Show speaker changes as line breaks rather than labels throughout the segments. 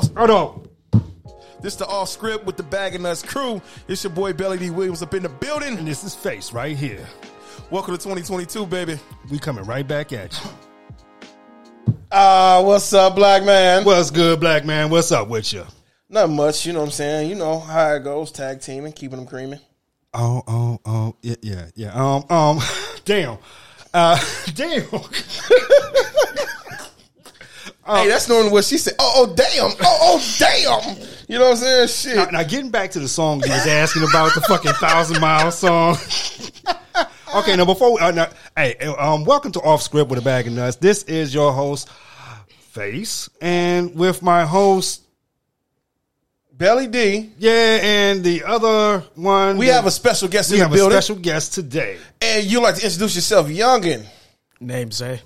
Hold on. This the off script with the Bag and Us crew. It's your boy Belly D Williams up in the building.
And this is Face right here.
Welcome to 2022, baby.
We coming right back at you.
Ah,
Uh,
what's up, black man?
What's good, black man? What's up with you?
Not much, you know what I'm saying? You know how it goes, tag teaming, keeping them creaming.
Oh, oh, oh, yeah, yeah, yeah. Um, um, damn, uh, damn.
hey, that's normally what she said. Oh, oh, damn. Oh, oh, damn. You know what I'm saying? Shit.
now, now getting back to the songs you was asking about the fucking thousand mile song. okay, now before we, uh, now, hey, um, welcome to Off Script with a Bag of Nuts. This is your host Face, and with my host,
Belly D,
yeah, and the other one.
we
that-
have a special guest
we
in the
have a
building.
special guest today,
and you like to introduce yourself, Youngin.
Name Zay.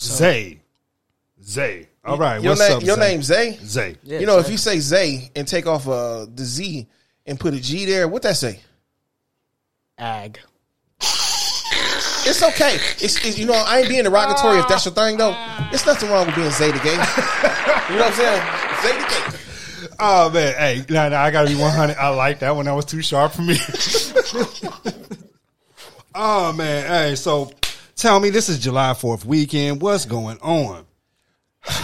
Zay. Zay. All right,
Your,
what's
name,
up?
your
Zay?
name's Zay.
Zay.
Yeah,
you know, if
Zay.
you say Zay and take off uh, the Z and put a G there, what that say?
Ag.
It's okay. It's, it's- you know I ain't being derogatory if that's your thing though. It's nothing wrong with being Zay the gay. you know what I'm saying? Zay the gay.
Oh man, hey, no, no, I gotta be one hundred. I like that one. That was too sharp for me. oh man, hey, so tell me, this is July Fourth weekend. What's going on?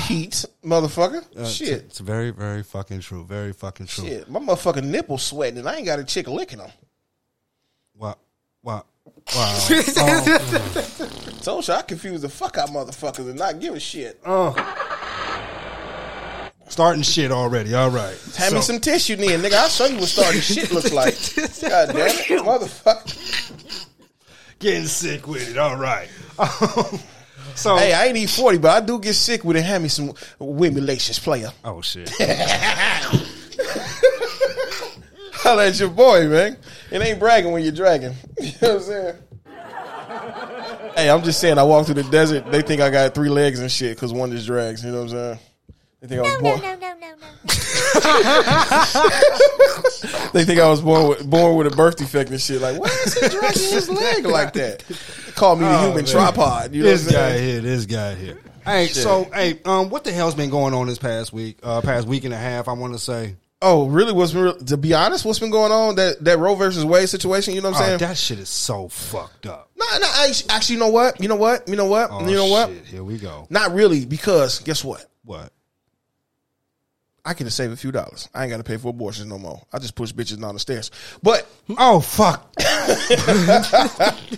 Heat, motherfucker.
It's,
Shit.
it's very, very fucking true. Very fucking true.
Shit, my motherfucking nipple sweating, and I ain't got a chick licking them.
Wow, wow, wow. oh,
Told you I confuse the fuck out motherfuckers and not give a shit.
oh. Starting shit already. All right.
Hand me
So-
some tissue, then, nigga. I'll show you what starting shit looks like. God damn it, motherfucker.
getting sick with it. All right. so
Hey, I ain't even 40, but I do get sick with it. Hand me some wimulations, player.
oh shit.
Holla at your boy, man. It ain't bragging when you're dragging. You know what I'm saying? hey, I'm just saying, I walk through the desert. They think I got three legs and shit because one just drags. You know what I'm saying? They think I was born.
no, no, no.
They think I was born with, born with a birth defect and shit. Like, why is he dragging his leg like that? Call me the human tripod. You know what
Oh, this
I'm
guy
saying?
here, this guy here. Hey, so hey, um, what the hell's been going on this past week? Uh, past week and a half, I want to say.
Oh, really? What's been real, to be honest? What's been going on? That that Roe versus Wade situation. You know what I'm
Oh,
saying?
that shit is so fucked up.
No, no. I, actually, you know what? You know what? You know what?
Oh,
you know what?
shit, Here we go.
Not really, because guess what?
What?
I can save a few dollars. I ain't got to pay for abortions no more. I just push bitches down the stairs. But
Oh fuck!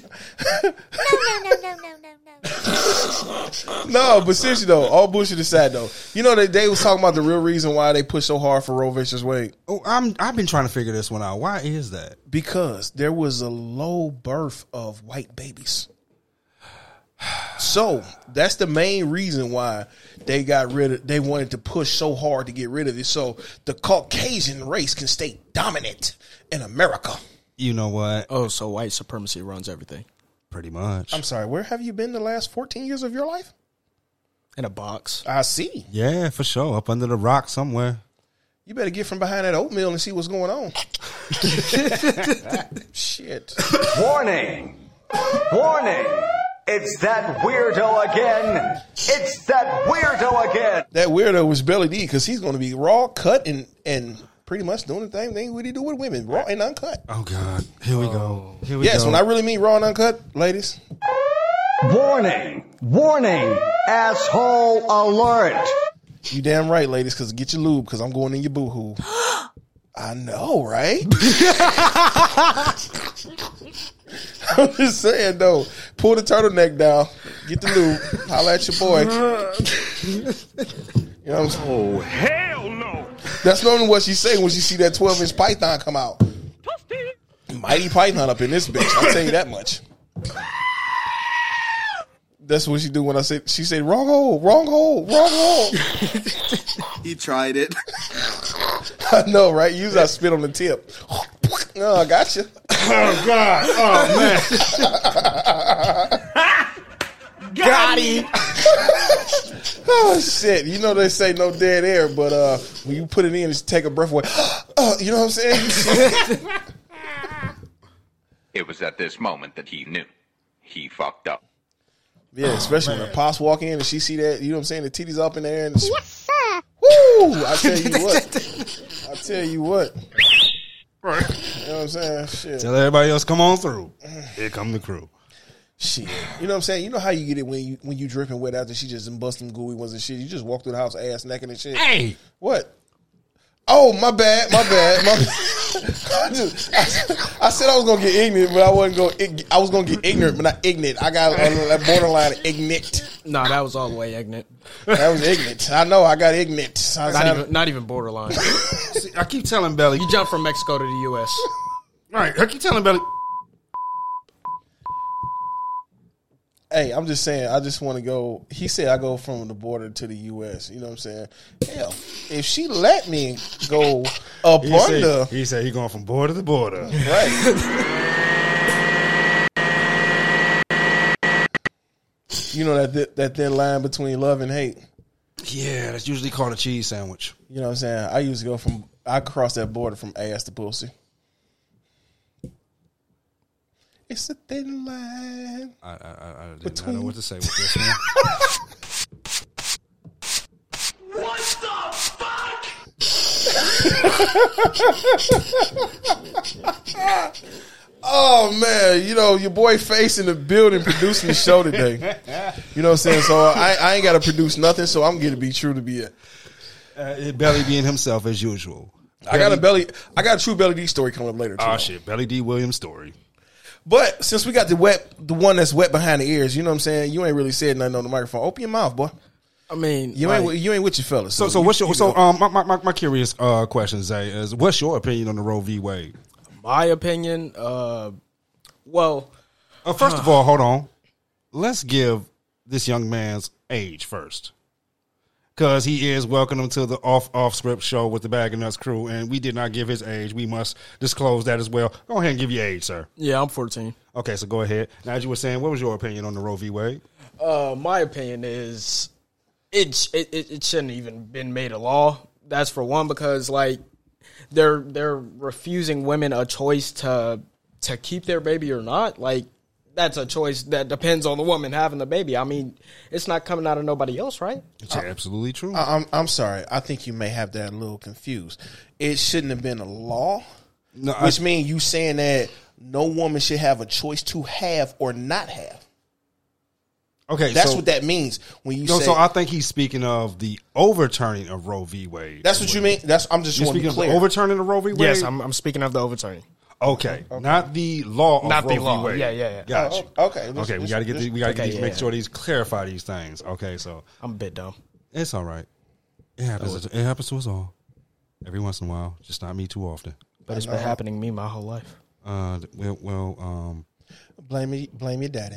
No, no, no, no, no, no.
No, but seriously though, all bullshit aside though, you know they they was talking about the real reason why they push so hard for Roe versus Wade
Oh, I'm I've been trying to figure this one out. Why is that?
because there was a low birth of white babies. So that's the main reason why they got rid of. They wanted to push so hard to get rid of it, so the Caucasian race can stay dominant in America.
You know what?
Oh, so white supremacy runs everything.
Pretty much.
I'm sorry, where have you been the last 14 years of your life?
In a box.
I see.
yeah, for sure. Up under the rock somewhere.
You better get from behind that oatmeal and see what's going on. Shit.
Warning! Warning! It's that weirdo again! It's that weirdo again!
that weirdo was Belly D because he's going to be raw, cut, and and pretty much doing the same thing what he do with women, raw and uncut.
Oh god. Here we go. Here we
Oh. Yes,
go.
when I really mean raw and uncut, ladies.
Warning! Warning! Asshole alert!
You damn right, ladies, because get your lube because I'm going in your boo hoo. I know, right? I'm just saying though. Pull the turtleneck down, get the lube, holla at your boy. you know what I'm saying?
Oh, hell no!
That's normally what she say when she see that 12 inch python come out. Mighty python up in this bitch. I'll tell you that much. That's what she do when I say she said wrong hole, wrong hole, wrong hole.
He tried it.
I know, right? Usually I spit on the tip. Oh, I gotcha.
oh god. Oh man.
Got him. oh shit! You know they say no dead air, but uh, when you put it in, just take a breath away. Uh, you know what I'm saying?
It was at this moment that he knew. He fucked up.
yeah, especially when the pops walk in and she see that. You know what I'm saying? The titties up in there and.
Yes, sir.
Woo! I tell you what. I tell you what. You know what I'm saying? Shit.
Tell everybody else, come on through. Here come the crew.
Shit. You know what I'm saying? You know how you get it when you when you dripping wet after she just done bust them gooey ones and shit. You just walk through the house ass naked and shit.
Hey,
What? Oh, my bad, my bad, my bad. I, just, I, I said I was gonna get ignorant, but I wasn't gonna. Ig- I was gonna get ignorant, but not ignorant. I got a little borderline ignorant.
Nah, that was all the way ignorant.
That was ignorant. I know I got ignorant. I
Not
sound-
even, not even borderline.
see, I keep telling Belly.
You jump from Mexico to the U.S.
Right, I keep telling Belly.
Hey, I'm just saying. I just want to go. He said I go from the border to the U.S. You know what I'm saying? Hell, if she let me go up
He said,
under,
he said he going from border to border.
right? you know that thi- that thin line between love and hate.
yeah, that's usually called a cheese sandwich.
You know what I'm saying? I used to go from I crossed that border from ass to pussy. It's a thin line.
I, I, I, I didn't
Between-
know what to say with this one.
Oh man, you know your boy Face in the building producing the show today. You know what I'm saying? So I, I ain't got to produce nothing. So I'm gonna be true to be it.
Uh, Belly being himself as usual.
I got a belly. I got a true belly D story coming up later. Too.
Oh shit, Belly D Williams story.
But since we got the wet, the one that's wet behind the ears, you know what I'm saying? You ain't really said nothing on the microphone. Open your mouth, boy.
I mean,
You
like,
ain't you ain't with your fellas.
So, so
you-
what's your
you
so
know.
um my, my, my, my curious uh question Zay is what's your opinion on the Roe v Wade?
my opinion. Uh, well,
Uh, first of all, hold on. Let's give this young man's age first, because he is welcome to the off off script show with the Bag and Nuts crew, and we did not give his age. We must disclose that as well. Go ahead and give your age, sir.
yeah, I'm 14.
Okay, so go ahead. Now, as you were saying, what was your opinion on the Roe v Wade?
Uh, my opinion is it, it it it shouldn't even been made a law. That's for one because like they're they're refusing women a choice to to keep their baby or not. Like that's a choice that depends on the woman having the baby. I mean, it's not coming out of nobody else, right?
It's
Uh,
absolutely true.
I- I'm I'm sorry. I think you may have that a little confused. It shouldn't have been a law,
No, I-
which means you saying that no woman should have a choice to have or not have.
okay,
That's
so-
what that means when you
No,
say.
so I think he's speaking of the overturning of Roe v. Wade.
that's what you mean. That's I'm just
You're
want to
speaking
be
of the
clear.
overturning of Roe v. Wade.
Yes, I'm I'm speaking of the overturning.
okay, not the law. Of
Not
Roe
the law.
V. Wade.
Yeah, yeah, yeah.
Gotcha.
Oh, okay. Let's-
Okay, we
let's-
gotta get
let's-
these, we gotta
okay,
get these,
yeah,
make
yeah.
sure these clarify these things. Okay, so
I'm a bit dumb.
it's all right. It happens.
Oh.
It happens to us all every once in a while. Just not me too often.
But it's been happening to me my whole life.
Uh, well, well, um,
blame me. Blame your daddy.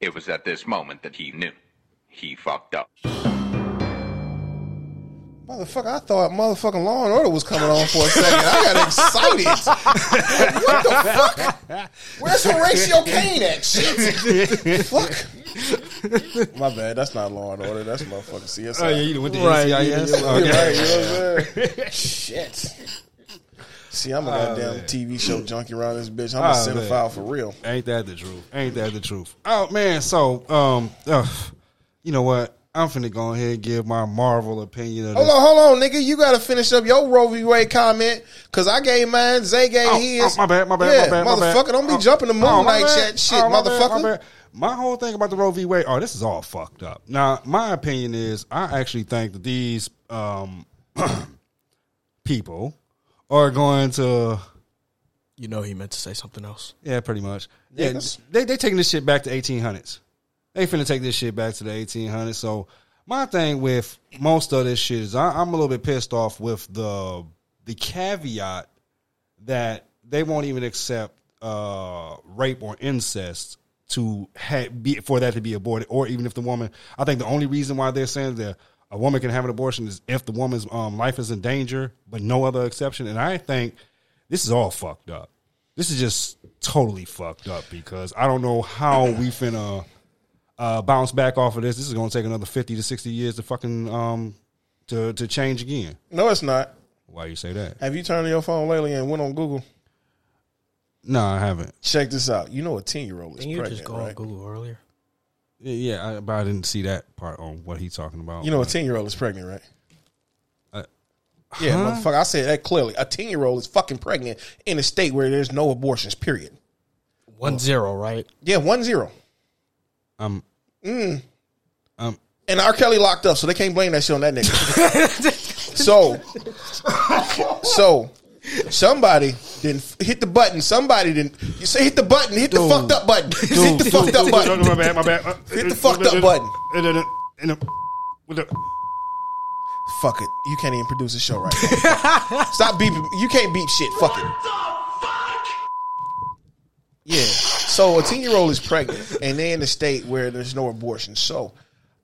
It was at this moment that he knew. He fucked up.
Motherfucker, I thought motherfucking Law and Order was coming on for a second. I got excited. what the fuck? Where's Horatio Kane at? Shit. fuck. My bad. That's not Law and Order. That's motherfucking CSI.
oh yeah, you went to
Right,
NCIS.
You're
Okay.
right, you know what I'm saying? Shit. See, I'm a goddamn TV show junkie around this bitch. I'm a
Oh, man.
cinephile for real.
Ain't that the truth? Ain't that the truth? Oh man, so um, ugh, you know what? I'm finna go ahead and give my Marvel opinion of
Hold
this.
on, hold on, nigga. You gotta finish up your Roe v. Wade comment because I gave mine. Zay gave
Oh,
his.
oh, my bad, my bad,
yeah,
my bad, my bad.
motherfucker. Don't be
Oh,
jumping the
oh, my
moonlight
bad.
chat shit,
Oh, my bad,
motherfucker.
my bad. My whole thing about the Roe v. Wade, oh, this is all fucked up. Now, my opinion is, I actually think that these um, people are going to,
You know he meant to say something else.
yeah, pretty much, yeah, they they taking this shit back to 1800s. They finna take this shit back to the 1800s. So my thing with most of this shit is, I, I'm a little bit pissed off with the the caveat that they won't even accept uh, rape or incest to ha- be for that to be aborted, or even if the woman. I think the only reason why they're saying that a woman can have an abortion is if the woman's um, life is in danger, but no other exception. And I think this is all fucked up. This is just totally fucked up because I don't know how we finna uh, bounce back off of this. This is gonna take another fifty to sixty years to fucking um to to change again.
No, it's not.
Why you say that?
Have you turned on your phone lately and went on Google?
No, I haven't.
Check this out. You know a ten year old is pregnant, right?
Google earlier.
Yeah, I, but I didn't see that part on what he's talking about.
You know, a ten year old is pregnant, right?
Uh,
yeah, motherfucker. I said that clearly. A ten year old is fucking pregnant in a state where there's no abortions. Period.
One zero, right?
Yeah, one zero. Mm.
um, um,
And R. Kelly locked up, so they can't blame that shit on that nigga. so, so somebody didn't hit the button. Somebody didn't. You say hit the button. Hit the fucked up button. hit the fucked up
No,
button.
no, my bad, my bad. Uh,
Hit the fucked up button.
And then, and then, with the-
Fuck it. You can't even produce a show right now. Stop beeping. You can't beep shit. Fuck it. Yeah. So a 10 year old is pregnant and they're in a state where there's no abortion. So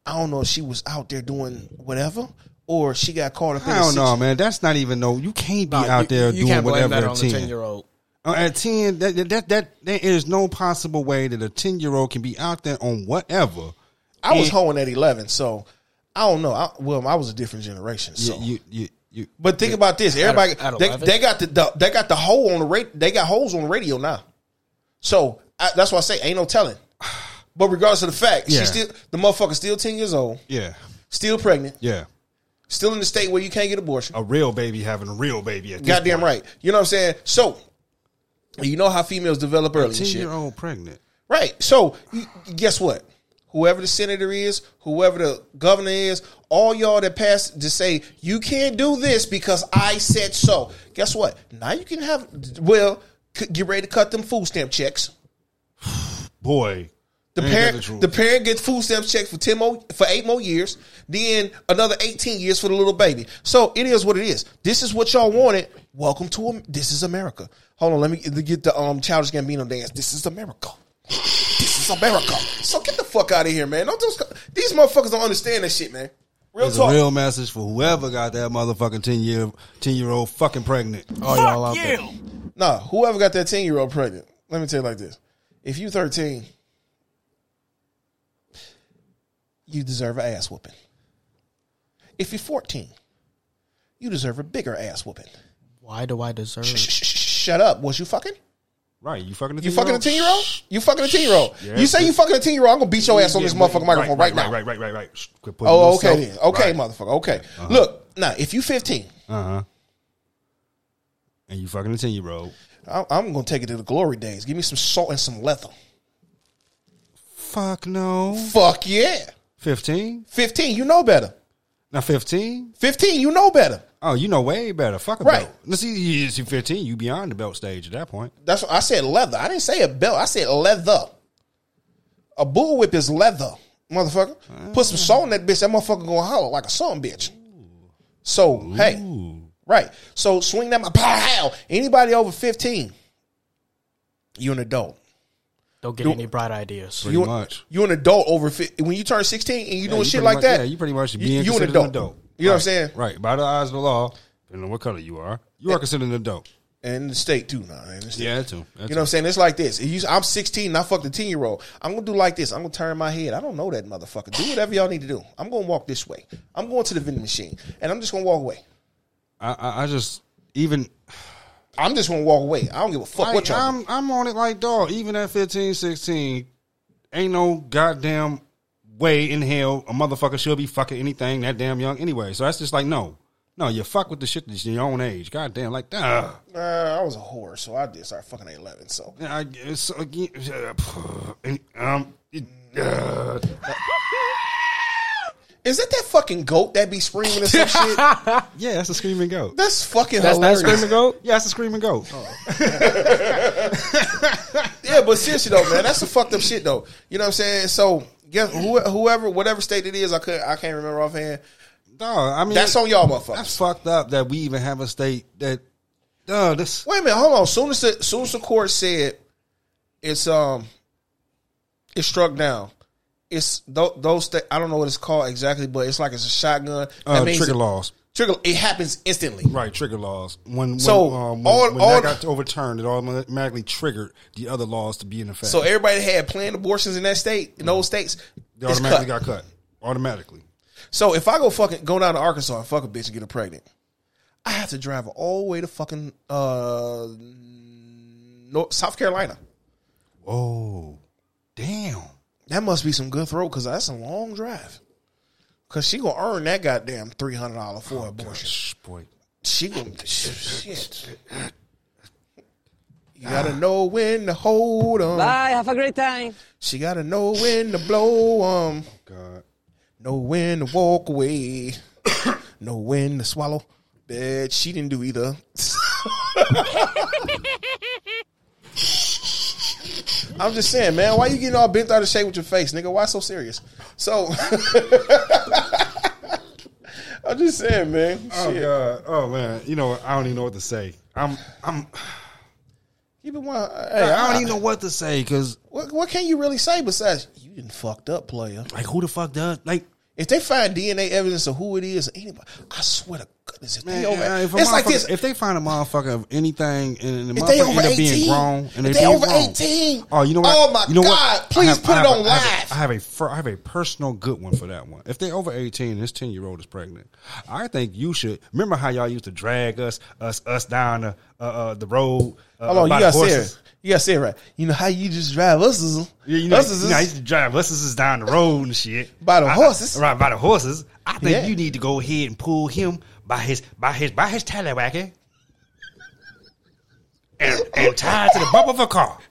I don't know if she was out there doing whatever or she got caught up in
I
a
don't know,
situ-
man. That's not even no. You can't
Uh,
be out there doing whatever at ten.
year old.
Uh, at ten, that, that that that there is no possible way that a ten year old can be out there on whatever.
I was hoeing at 11. So I don't know. I, well, I was a different generation. So.
You, you, you, you-
but think about this. Everybody
at
they,
11?
they got the, the they got the hole on the rate. They got holes on the radio now. So I, that's why I say ain't no telling. But regardless of the fact,
Yeah.
she still the motherfucker still ten years old,
yeah,
still pregnant,
yeah.
still in the state where you can't get abortion.
A real baby having a real baby. At this
Goddamn
point.
right. You know what I'm saying? So you know how females develop early and
Ten year
shit.
old pregnant.
Right. So you- guess what? Whoever the senator is, whoever the governor is, all y'all that pass to say you can't do this because I said so. Guess what? Now you can have. Well, c- get ready to cut them food stamp checks.
Boy, Ain't that the
The parent,
truth?
the parent gets food stamps checked for ten more, for eight more years, then another eighteen years for the little baby. So it is what it is. This is what y'all wanted. Welcome to Am- this is America. Hold on, let me get the um childish Gambino dance. This is America. This is America. So get the fuck out of here, man. Don't just, these motherfuckers don't understand that shit, man. Real
it's a
talk.
real message for whoever got that motherfucking ten year ten year old fucking pregnant.
Oh, y'all out there.
nah, whoever got that ten year old pregnant. Let me tell you like this: if you thirteen, you deserve an ass whooping. If you're 14, you deserve a bigger ass whooping.
Why do I deserve?
Sh- sh- sh- Shut up. Was you fucking?
Right? You fucking a
You fucking a 10 year old? You fucking a 10 year old.
Yeah.
You say you fucking a 10 year old, I'm going to beat your ass on this motherfucking microphone right, now.
Right, right, right, right. Shh, Quit putting
Oh, okay.
yourself-
Then. Okay,
Right.
motherfucker. Okay. Look, now, if you 15,
Uh huh. And you fucking a ten year old.
I- I'm going to take it to the glory days. Give me some salt and some leather.
Fuck no.
Fuck yeah.
Fifteen.
15, you know better.
Now fifteen.
15, you know better.
Oh, you know way better. Fuck a
Right.
belt. Now see, you see fifteen. You beyond the belt stage at that point.
That's what I said leather. I didn't say a belt. I said leather. A bullwhip is leather, motherfucker. Put some salt in that bitch. That motherfucker gonna holler like a son bitch. So hey, right. So swing that my pow. Anybody over fifteen, you an adult.
Don't get any bright ideas.
Pretty
You
much.
you an adult over fi- when you turn sixteen and you doing
you
shit
pretty
like
much-
that.
Yeah, you pretty much
you-
being
you an
considered
adult.
an adult.
You know what I'm
Right,
saying?
Right. By the eyes of the law, depending on what color you are, you are considered an adult.
and the state too now. and the state.
Yeah, that too. That
You
too.
know what I'm saying? It's like this. If you- I'm 16 and I fucked a 10 year old. I'm going to do like this. I'm going to turn my head. I don't know that motherfucker. Do whatever y'all need to do. I'm going to walk this way. I'm going to the vending machine and I'm just going to walk away.
I, I, I just even
I'm just going to walk away. I don't give a fuck
Like,
what y'all do.
I'm I'm on it like dog. Even at 15, 16, ain't no goddamn way in hell a motherfucker should be fucking anything that damn young anyway. So that's just like no, no, you fuck with the shit that's your own age. Goddamn, like that.
Uh, I was a whore, so I did start fucking at 11. So
I guess again, and, um, it- uh,
is that that fucking goat that be screaming or some shit?
yeah, that's a screaming goat.
That's fucking
That's not
hilarious. Oh.
screaming goat.
Yeah, that's a screaming goat.
Yeah, but seriously though, man, that's some fucked up shit though. You know what I'm saying? So yeah, who- whoever, whatever state it is, I could, I can't remember offhand.
Dog, I mean,
That's on y'all, motherfuckers.
That's fucked up that we even have a state that. Duh, this uh,
Wait a minute, hold on. Soon as the soon as the court said it's um it's struck down. It's tho- those th- I don't know what it's called exactly, but it's like it's a shotgun.
uh,
That means
trigger
it-
laws.
Trigger. It happens instantly.
Right, trigger laws. When
So,
when, um, when,
all-
when
all-
that got overturned, it automatically triggered the other laws to be in effect.
So everybody that had planned abortions in that state, in those states,
they
it's
automatically got
cut.
cut. Automatically.
So if I go fucking go down to Arkansas and fuck a bitch and get her pregnant, I have to drive all the way to fucking uh, North, South Carolina.
Oh, damn!
That must be some good throat because that's a long drive. Cause she gonna earn that goddamn three hundred dollar for abortion.
Boy,
She gonna shit. You gotta know when to hold 'em.
Bye, have a great time.
She gotta know when to blow 'em.
Oh, God.
Know when to walk away. know when to swallow. That she didn't do either. I'm just saying, man. Why you getting all bent out of shape with your face, nigga? Why so serious? So I'm just saying, man.
Oh
Shit.
God. Oh man. You know, I don't even know what to say. I'm. I'm.
Keep it one.
Hey,
Hey,
I don't even know what to say because
What, what can you really say besides you didn't fucked up, player?
like who the fuck does like.
If they find DNA evidence of who it is or anybody, I swear to goodness, if
Man,
they over,
uh, if a
it's like
motherfucker-
this.
If they find a motherfucker of anything and, and the
If they
motherfucker
over
end up being
18,
grown and
if
they,
they
being
over
wrong.
18,
oh, you know what?
oh my
you know what?
God,
I
please put
I
it on
a- I have
live.
a- I have a fir- I have a personal good one for that one. If they over eighteen, and this ten year old is pregnant. I think you should remember how y'all used to drag us us us down the uh, uh, the road. Uh,
Hold on, you
by the
gotta say
horses.
it. You gotta say it right. You know how you just drive us is-
Yeah, you know,
us is-
you know, I used to drive buses is down the road and shit
By the
I- I-
horses.
right? By the horses. I think
Yeah.
you need to go ahead and pull him by his by his by his tallywhacker and, and tie it to the bump of a car.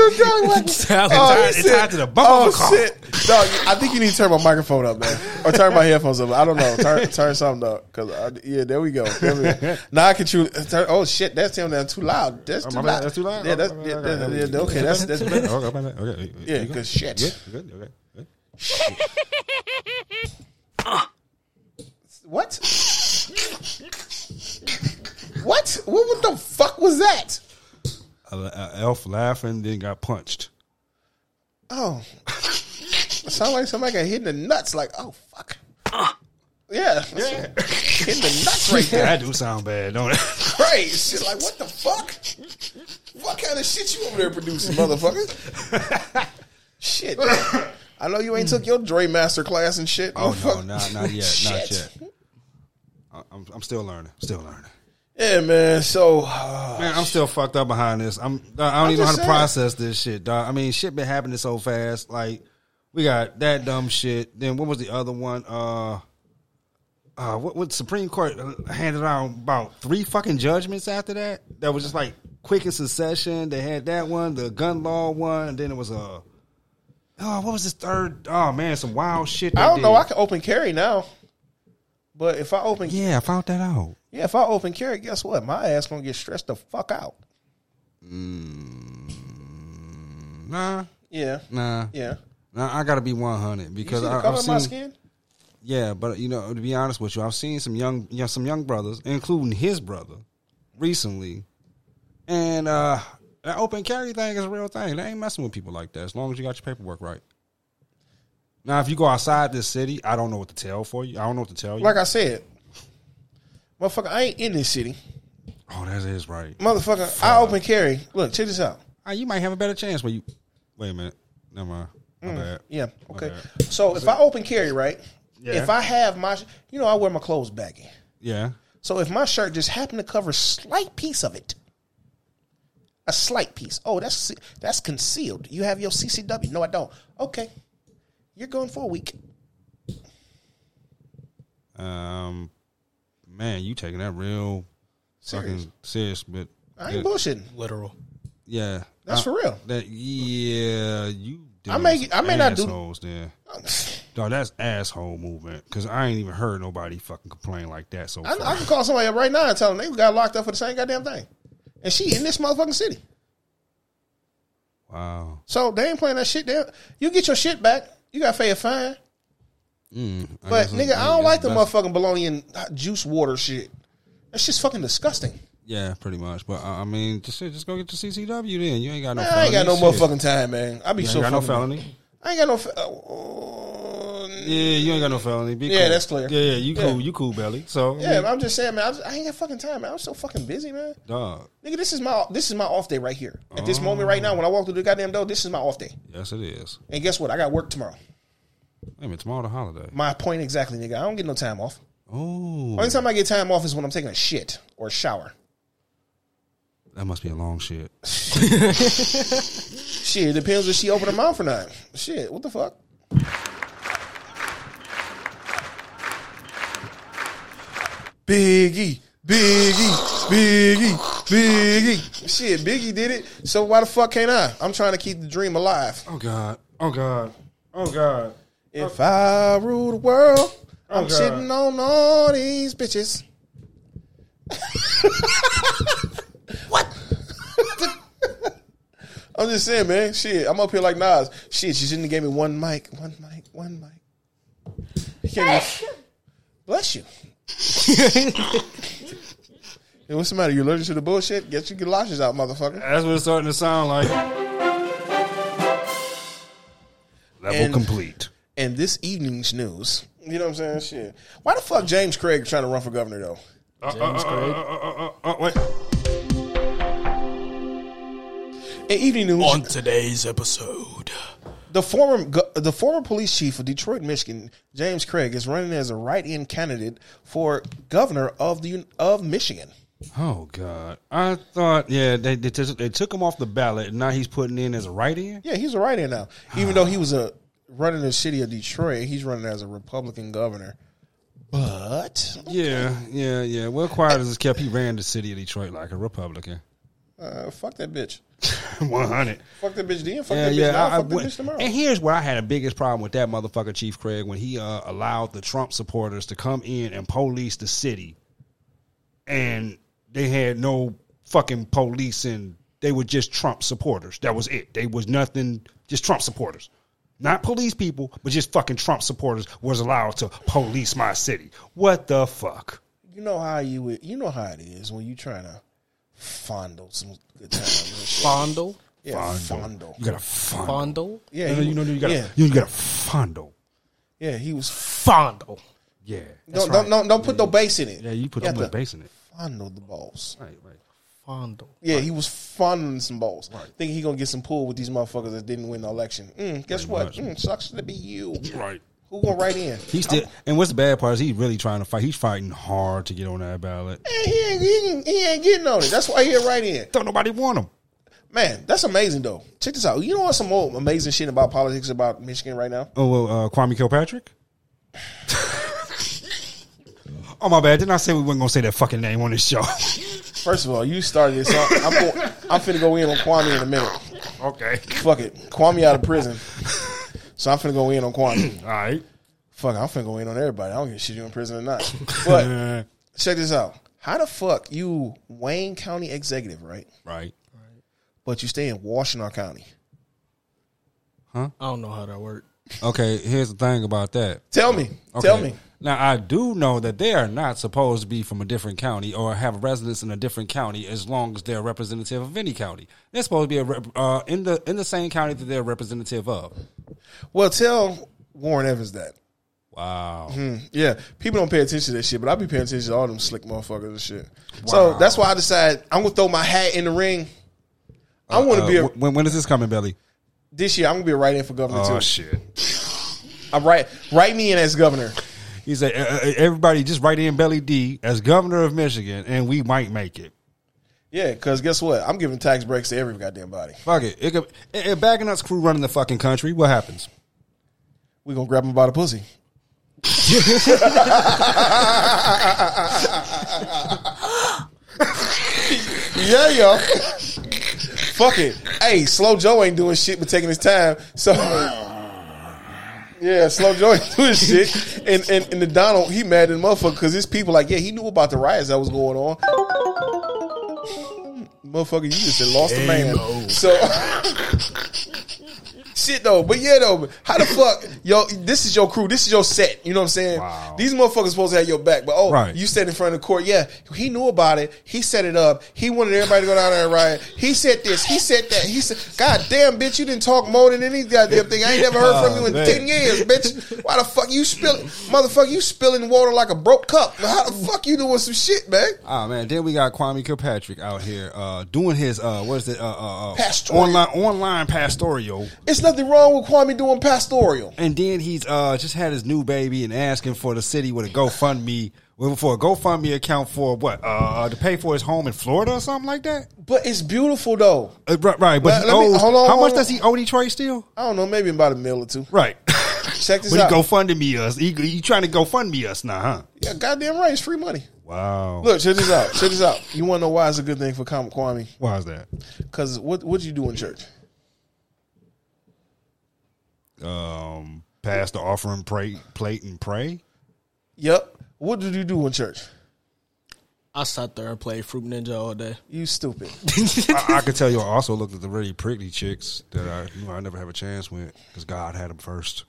Oh,
tied-
he
it's tied
said-
to the bumper
oh,
car.
shit. Dog, I think you need to turn my microphone up, man. Or turn my headphones up. I don't know. Turn turn something up. Cause I, yeah, there we go. There we go. Now I can choose. Turn, oh shit, that's him. That's too loud. That's
Oh,
too
my bad,
loud.
that's too loud?
Yeah,
Oh,
that's
my
yeah,
bad,
that-
okay.
yeah, okay. That's that's better.
okay, okay, okay.
Yeah, good shit.
Good, okay. good.
What? What? What? What the fuck was that?
A, a elf laughing, then got punched.
Oh, it sounded like somebody got hit in the nuts. Like, oh fuck. Yeah, yeah. hit in the nuts right there.
That do sound bad, don't it?
Right? Shit, like what the fuck? What kind of shit you over there producing, motherfucker? shit. I know you ain't took your Dre master class and shit.
Oh no,
Motherfucker.
not not yet, not
Shit.
yet. I- I'm I'm still learning, still learning.
Yeah, man. So, uh,
Man, I'm still fucked up behind this. I'm. I don't even know how
just
to
saying.
process this shit, dog. I mean, shit been happening so fast. Like, we got that dumb shit. Then what was the other one? Uh, uh, what? What? Supreme Court handed out about three fucking judgments after that. That was just like quick in succession. They had that one, the gun law one, and then it was a. Oh, what was this third? Oh man, some wild shit. they
I don't
did.
know. I can open carry now. But if I open, yeah.
Yeah, I found that out.
if I open carry, guess what? My ass gonna get stressed the fuck out.
Nah,
Yeah,
nah,
yeah.
nah. I gotta be one hundred
You see
because
the
I,
color
I've
of my
seen-
skin?
Yeah, but you know, to be honest with you, I've seen some young, you know, some young brothers, including his brother, recently, and uh that open carry thing is a real thing. They ain't messing with people like that as long as you got your paperwork right. Now, if you go outside this city, I don't know what to tell for you. I don't know what to tell you.
Like I said, motherfucker, I ain't in this city.
oh, that is right.
Motherfucker, I open carry. Look, check this out.
Ah, you might have a better chance when you. Wait a minute. Never mind. My bad.
Mm, Yeah. Okay.
bad.
So if I open carry, right?
Yeah.
If I have my, you know, I wear my clothes baggy.
Yeah.
So if my shirt just happened to cover a slight piece of it, a slight piece. Oh, that's that's concealed. You have your CCW. No, I don't. Okay. You're going for a week.
Um, man, you taking that real
Serious.
fucking serious, but
I ain't bullshitting.
Literal.
Yeah,
That's
I-
for real.
That yeah, you.
I may- I may not do-
assholes there. No, that's asshole movement because I ain't even heard nobody fucking complain like that so
I,
far.
I can call somebody up right now and tell them they got locked up for the same goddamn thing, and she in this motherfucking city.
wow,
So they ain't playing that shit. There, you get your shit back. You got to pay a fine.
I
But
guess
nigga,
that's-
I don't like the
that's-
motherfucking bologna and hot juice water shit. That's just fucking disgusting.
Yeah, pretty much. But uh, I I mean, just shit, just go get your CCW then. You ain't got no.
Man, I ain't got no
felony shit.
motherfucking time, man. I be
You ain't
so
got no
fucking-
felony.
I ain't got no. Fe- uh,
Yeah, you ain't got no felony. Be
Yeah,
cool.
that's clear.
Yeah, yeah, you
Yeah.
cool. You cool, belly. So I
yeah,
mean,
I'm just saying, man. I, just, I ain't got fucking time, man. I'm so fucking busy, man.
dog.
Nigga, this is my this is my off day right here. At this moment right now, when I walk through the goddamn door, this is my off day.
Yes, it is.
And guess what? I got work tomorrow.
Wait a minute, tomorrow the holiday.
My point exactly, nigga. I don't get no time off.
Oh,
Only time I get time off is when I'm taking a shit or a shower.
that must be a long shit.
Shit, it depends if she open her mouth or not. Shit, what the fuck? Biggie, Biggie, Biggie, Biggie. Shit, Biggie did it. So why the fuck can't I? I'm trying to keep the dream alive.
Oh God. Oh God. Oh God. Oh,
If I rule the world, I'm
God.
sitting on all these bitches. what? I'm just saying, man. Shit, I'm up here like Nas. Shit, she shouldn't have gave me one mic, one mic, one mic. He can't even- Bless you. Hey, what's the matter? You allergic to the bullshit? Get your galoshes out, motherfucker.
That's what it's starting to sound like. Level
And-
complete.
and this evening's news. You know what I'm saying? Shit. Why the fuck James Craig trying to run for governor though?
Uh, uh, uh, uh, uh, uh, uh, wait.
In evening news,
On today's episode,
the former go- the former police chief of Detroit, Michigan, James Craig, is running as a right-in candidate for governor of the Un- of Michigan.
Oh God! I thought, yeah, they they, t- they took him off the ballot, and now he's putting in as a write-in.
Yeah, he's a right-in now. Even though he was a running the city of Detroit, he's running as a Republican governor. But
Yeah, yeah, yeah. Well, quiet as it's kept, he ran the city of Detroit like a Republican.
uh, fuck that bitch.
One hundred.
Fuck that bitch then. Fuck
Yeah,
that bitch
yeah.
now.
I, I
fuck that
went-
bitch tomorrow.
and here's where I had the biggest problem with that motherfucker, Chief Craig, when he uh, allowed the Trump supporters to come in and police the city, and they had no fucking policing. They were just Trump supporters. That was it. They was nothing. Just Trump supporters. Not police people, but just fucking Trump supporters was allowed to police my city. What the fuck?
you know how you would- you know how it is when you trying to fondle some good times. and shit.
fondle,
Yeah, fondle.
You gotta fondle.
fondle,
Yeah,
No, no,
he-
you know you gotta
yeah,
you gotta fondle.
yeah. He was.
fondle.
Yeah.
Don't, don't don't don't put no bass in it.
Yeah, you put
You
too much
have to
bass in it.
Fondle the balls.
Right, right.
Fondle.
Yeah, he was fondling some balls, thinking he gonna get some pull with these motherfuckers that didn't win the election. Mm, guess what?
much.
Mm, sucks to be you.
Right.
Who gonna write in?
He's still, and what's the bad part is he's really trying to fight. He's fighting hard to get on that ballot.
Man, he ain't, he, ain't, he ain't getting on it. That's why he ain't right in.
Don't nobody want him.
Man, that's amazing though. Check this out. You know what? Some old amazing shit about politics about Michigan right now.
Oh, well, uh, Kwame Kilpatrick. oh my bad! Didn't I say we weren't gonna say that fucking name on this show?
First of all, you started this. So I'm, go- I'm finna go in on Kwame in a minute.
okay.
Fuck it, Kwame out of prison. So I'm finna go in on Kwame.
All right.
fuck, I'm finna go in on everybody. I don't give a shit you in prison or not. But
Uh,
check this out. How the fuck you Wayne County executive, right?
right.
But you stay in Washington County.
I don't know how that worked.
Okay. Here's the thing about that.
Tell me.
Oh, Okay.
Tell me.
Now I do know that they are not supposed to be from a different county or have residence in a different county as long as they're a representative of any county. They're supposed to be a rep, uh, in the in the same county that they're a representative of.
Well, tell Warren Evans that.
Wow.
Yeah, people don't pay attention to that shit, but I be paying attention to all them slick motherfuckers and shit. So that's why I decided I'm gonna throw my hat in the ring. I want to
Uh,
be a,
wh- when when is this coming, Belly?
this year. I'm gonna be a write-in for governor too.
shit!
I'm right. Write me in as governor.
He said, "Uh, uh, "Everybody, just write in Belly D as governor of Michigan, and we might make it."
Yeah, because guess what? I'm giving tax breaks to every goddamn body.
Fuck it. It could. It, it bagging us crew running the fucking country. What happens?
We gonna grab him by the pussy. yeah, yo. Fuck it. Hey, Slow Joe ain't doing shit but taking his time. So Yeah, Slow Joe ain't doing shit. And and, and the Donald, he mad at the motherfucker because his people like, yeah, he knew about the riots that was going on. Motherfucker, you just done lost a man. So shit though. But yeah though, how the fuck yo? This is your crew. This is your set. You know what I'm saying?
Wow.
These motherfuckers supposed to have your back. But oh,
Right.
you said in front of the court. Yeah, he knew about it. He set it up. He wanted everybody to go down there and riot. He said this. He said that. He said, God damn, bitch, you didn't talk more than any goddamn thing. I ain't never heard from you in
Oh, man.
ten years, bitch. Why the fuck you spilling, motherfucker? You spilling water like a broke cup. How the fuck you doing some shit, man?
Oh man, then we got Kwame Kilpatrick out here uh, doing his uh, what is it? Uh, uh, uh,
Pastoral.
online online pastoral.
It's nothing wrong with Kwame doing pastoral.
And then he's uh, just had his new baby and asking for the city with a GoFundMe Well, for a GoFundMe account for what? Uh, to pay for his home in Florida or something like that?
But it's beautiful though.
Uh, right, right. But
Let-
he
let me-
owes-
hold on,
how
hold
much
on.
does he owe Detroit still?
I don't know, maybe about a meal or two.
Right.
Check this
but he
out.
GoFundMe us. He, he trying to GoFundMe us now, huh?
yeah, goddamn right, it's free money.
Wow.
Look, check this out. Check this out. You want to know why it's a good thing for Comic Kwame?
Why is that?
Because what what you do in church?
Um, pass the offering pray, plate and pray.
Yep. What did you do in church?
I sat there and played Fruit Ninja all day.
You stupid.
I, I could tell you. I also looked at the really pretty chicks that I knew I never have a chance with because God had them first.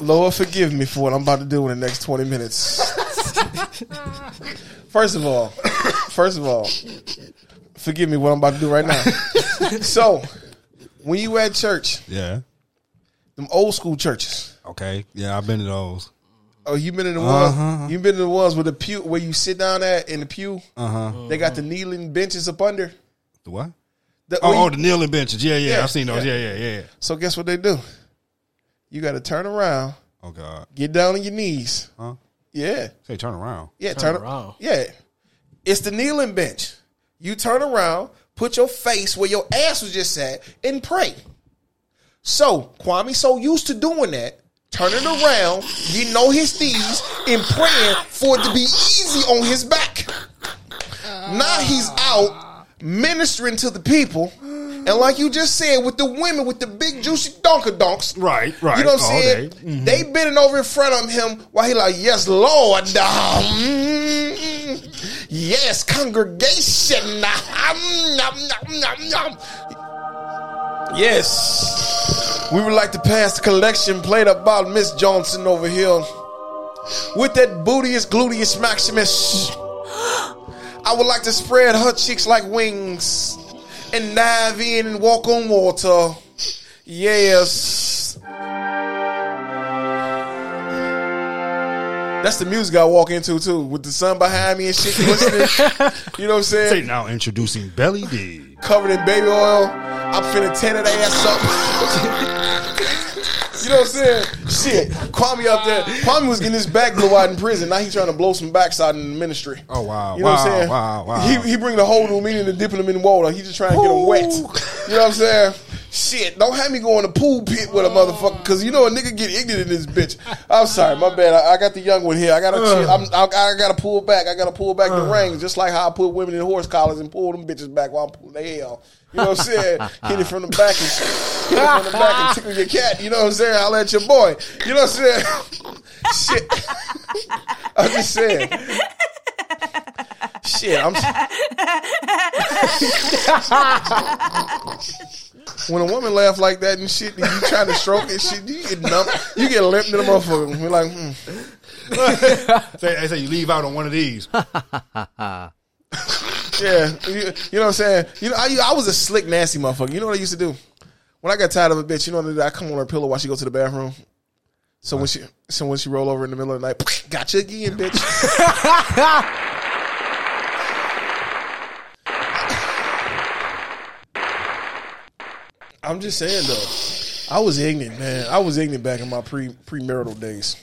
Lord, forgive me for what I'm about to do in the next 20 minutes. first of all, first of all, forgive me what I'm about to do right now. so, when you at church,
Yeah.
them old school churches.
Okay. Yeah, I've been to those.
Oh, you been in the
Uh-huh,
ones. You been in the ones with the pew where you sit down at in the pew. Uh-huh. They got the kneeling benches up under.
The what?
The- where
Oh,
you-
oh, the kneeling benches. Yeah, yeah,
Yeah,
I've seen those. Yeah, yeah, yeah.
so guess what they do? You got to turn around,
Oh God.
get down on your knees.
Huh?
Yeah,
Say turn around.
yeah, turn,
around.
around. Yeah, it's the kneeling bench. You turn around, put your face where your ass was just at, and pray. So Kwame so used to doing that, turning around, getting on his knees, and praying for it to be easy on his back. Now he's out ministering to the people. And like you just said, with the women with the big juicy donker donks.
Right, right,
You know what
all
I'm saying?
day. Mm-hmm.
They bending over in front of him while he like, yes, Lord. Mm, Yes, congregation. Mm, nom, nom, nom, nom. Yes. We would like to pass the collection plate about Miss Johnson over here. With that bootiest, gluteus maximus. I would like to spread her cheeks like wings and dive in and walk on water. Yes. That's the music I walk into too, with the sun behind me and shit glistening. you know what I'm saying?
Say now introducing Belly D.
covered in baby oil. I'm finna tear that ass up. you know what I'm saying? Shit, Kwame up there. Kwame was getting his back blew out in prison. Now he's trying to blow some backside in the ministry.
Oh, wow,
You know what
wow,
I'm saying?
wow, wow.
He he bring the whole new meaning to dipping him in water. He just trying to get him wet. You know what I'm saying? Shit, don't have me go in the pool pit with a motherfucker because you know a nigga get ignorant in this bitch. I'm sorry, my bad. I, I got the young one here. I gotta, chill. I'm, I, I gotta pull back. I gotta pull back the reins, just like how I put women in horse collars and pull them bitches back while I'm pulling their hair. off. You know what I'm saying? Hit it from the back and hit it from the back and tickle your cat. You know what I'm saying? Holla at your boy. You know what I'm saying? Shit, I'm just saying. Shit, I'm. when a woman laugh like that and shit, and you try to stroke it, shit, you get numb. You get limp to the motherfucker. We're like, hmm.
Say, I say you leave out on one of these.
yeah, you, you know what I'm saying? You know, I, I was a slick, nasty motherfucker. You know what I used to do? When I got tired of a bitch, you know what I did? I come on her pillow while she go to the bathroom. So when she, so when she roll over in the middle of the night, gotcha again, bitch. I'm just saying though, I was ignorant, man. I was ignorant back in my pre premarital days.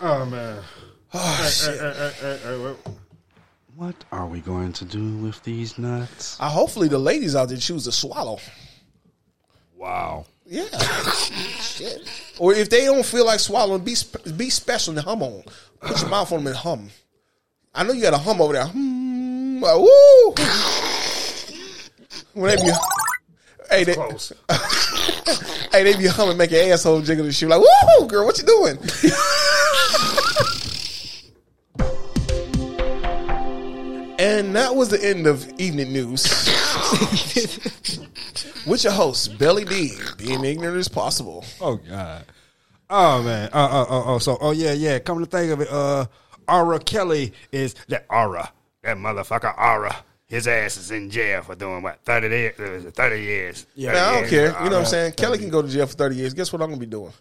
Oh man. What are we going to do with these nuts?
I hopefully the ladies out there choose to swallow.
Wow.
Yeah. Shit. Or if they don't feel like swallowing, be sp- be special and hum on. Put your mouth on them and hum. I know you got a hum over there. Hmm. Like, woo. When they be, hey, they,
Close.
hey, they be humming, make your asshole jiggle and shit. Like, woo, girl, what you doing? and that was the end of evening news. With your host, Belly D, being ignorant as possible.
Oh god. Oh man. Uh, uh, oh, oh. So, oh yeah, yeah. Come to think of it, uh, Aura Kelly is that Aura, that motherfucker Aura. His ass is in jail for doing what thirty years. Thirty years. Uh, Yeah,
Now, I don't care. You know what I'm saying? Kelly can go to jail for 30 years. Guess what I'm going to be doing?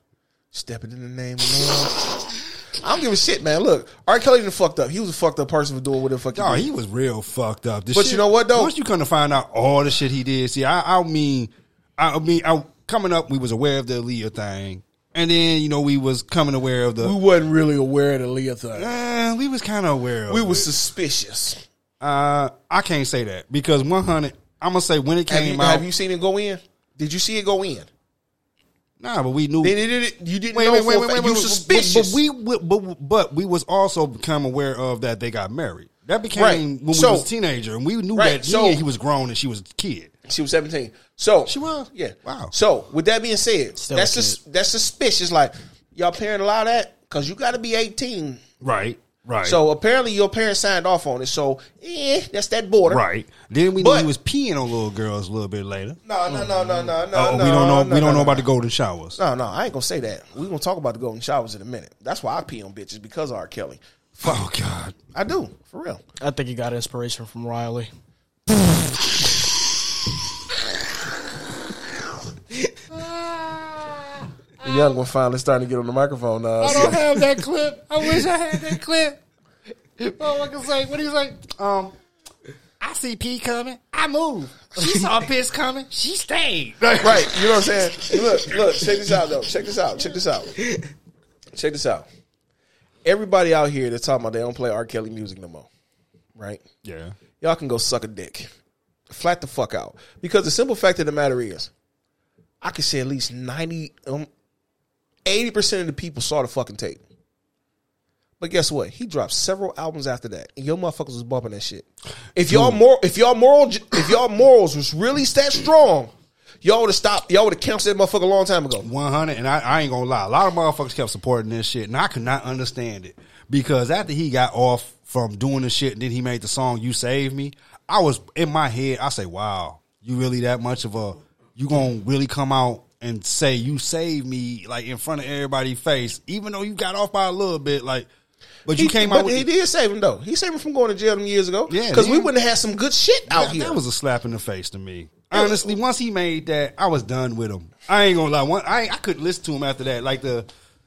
Stepping in the name of love. I don't give a shit, man. Look, R. Kelly done fucked up. He was a fucked up person for doing what the fuck he
Oh,
did.
he was real fucked up. The
But you know what, though?
Once you come to find out all the shit he did, see, I, I mean, I mean, I coming up, we was aware of the Aaliyah thing, and then you know we was coming aware of the.
We wasn't really aware of the Leah thing.
Eh, we was kind of aware. Of
We
it.
was suspicious.
Uh, I can't say that because one hundred. I'm gonna say when it
Have
came
you,
out.
have you seen it go in? Did you see it go in?
nah, but we knew.
They did it. You didn't know. for a fact. you
but-
suspicious.
But, we, but, but, but we was also become aware of that they got married. That became
Right.
when we
So-
was a teenager, and we knew
Right.
that he-
So-
he was grown and she was a kid.
She was 17. So
She was?
Yeah.
Wow.
So with that being said,
Still
that's
a
sus- that's suspicious. Like y'all parent allow that because you got to be 18.
Right, right.
So apparently your parents signed off on it. So eh, that's that border.
right. Then we knew
But-
he was peeing on little girls a little bit later.
No, no, no, no, no, no.
Uh,
no
we don't know.
no,
we don't
no,
know
no.
about the golden showers.
No, no, I ain't gonna say that. We gonna talk about the golden showers in a minute. That's why I pee on bitches because of R. Kelly.
Oh God!
I do for real.
I think he got inspiration from Riley.
The young one finally starting to get on the microphone uh, now.
I don't have that clip. I wish I had that clip. Oh, I can say what do you say? Um, I see pee coming. I move. She saw piss coming. She stayed.
Right. You know what I'm saying? Look, look, check this out though. Check this out. Check this out. Check this out. Everybody out here that's talking about they don't play R. Kelly music no more. Right?
Yeah.
Y'all can go suck a dick. Flat the fuck out. Because the simple fact of the matter is, I could say at least 90 um, 80% of the people saw the fucking tape. But guess what? He dropped several albums after that, and your motherfuckers was bumping that shit. If y'all mor- if y'all moral, ju- if y'all morals was really that strong, y'all would have stopped. Y'all would have canceled that motherfucker a long time ago.
One hundred, and I, I ain't gonna lie. A lot of motherfuckers kept supporting this shit, and I could not understand it because after he got off from doing the shit, and then he made the song "You Save Me," I was in my head. I say, "Wow, you really that much of a you gonna really come out and say you saved me like in front of everybody's face, even though you got off by a little bit, like." But you
He-
came
but
out with
he did save him though. He saved him from going to jail them years ago.
Yeah,
because we
dude.
wouldn't have had some good shit out
that,
here.
that was a slap in the face to me. Honestly, once he made that, I was done with him. I ain't gonna lie. One, I I couldn't listen to him after that. Like the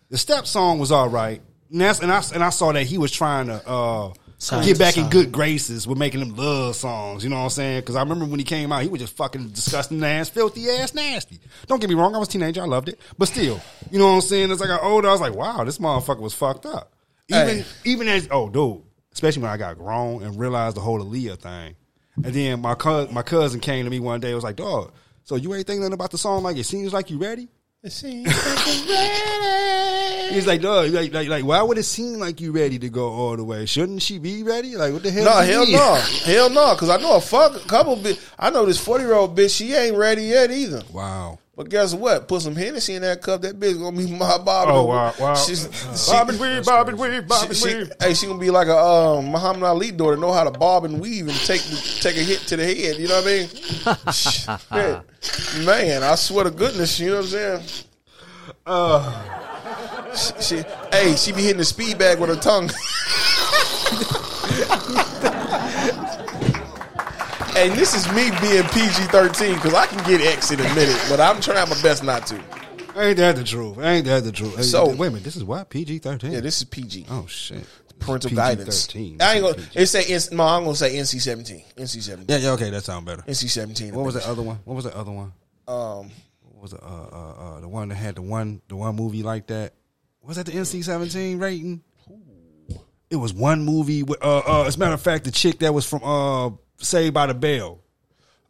the step song was all right. And, that's, and I and I saw that he was trying to uh,
Side
get
to
back in
side.
good graces with making them love songs. You know what I'm saying? Because I remember when he came out, he was just fucking disgusting ass, filthy ass, nasty. Don't get me wrong, I was a teenager, I loved it, but still, you know what I'm saying? As I got older, I was like, wow, this motherfucker was fucked up. Even
Hey.
even as oh dude, especially when I got grown and realized the whole Aaliyah thing. And then my cous my cousin came to me one day and was like, dog, so you ain't thinking nothing about the song like it seems like you ready? He's like, dog, like, like, like, why would it seem like you ready to go all the way? Shouldn't she be ready? Like, what the hell?
No,
do you
hell
mean?
no, hell no. Because I know a fuck couple. Bi- I know this forty year old bitch. She ain't ready yet either.
Wow.
But guess what? Put some Hennessy in that cup. That bitch gonna be my Bobby.
Oh, wow, wow. Uh-huh.
She's she-
Bob and weave, bob and weave, bob
she,
and
she,
weave.
hey, she gonna be like a um, Muhammad Ali daughter, know how to bob and weave and take take a hit to the head. You know what I mean? Shit. Man, I swear to goodness, you know what I'm saying? Uh, she, she, hey, she be hitting the speed bag with her tongue. And this is me being PG thirteen because I can get X in a minute, but I'm trying my best not to.
Ain't that the truth? Ain't that the truth? Ain't
So-
that- wait a minute, this is what PG thirteen.
Yeah, this is PG.
oh shit,
parental
PG-13.
guidance. I ain't gonna it say it's, no. I'm gonna say NC seventeen. NC seventeen.
Yeah, yeah, okay, that sounds better.
NC seventeen.
What was the other one? What was the other one?
Um,
What was the, uh, uh, uh, the one that had the one the one movie like that? Was that the NC seventeen rating? It was one movie. With, uh, uh, as a matter of fact, the chick that was from uh, Saved by the Bell.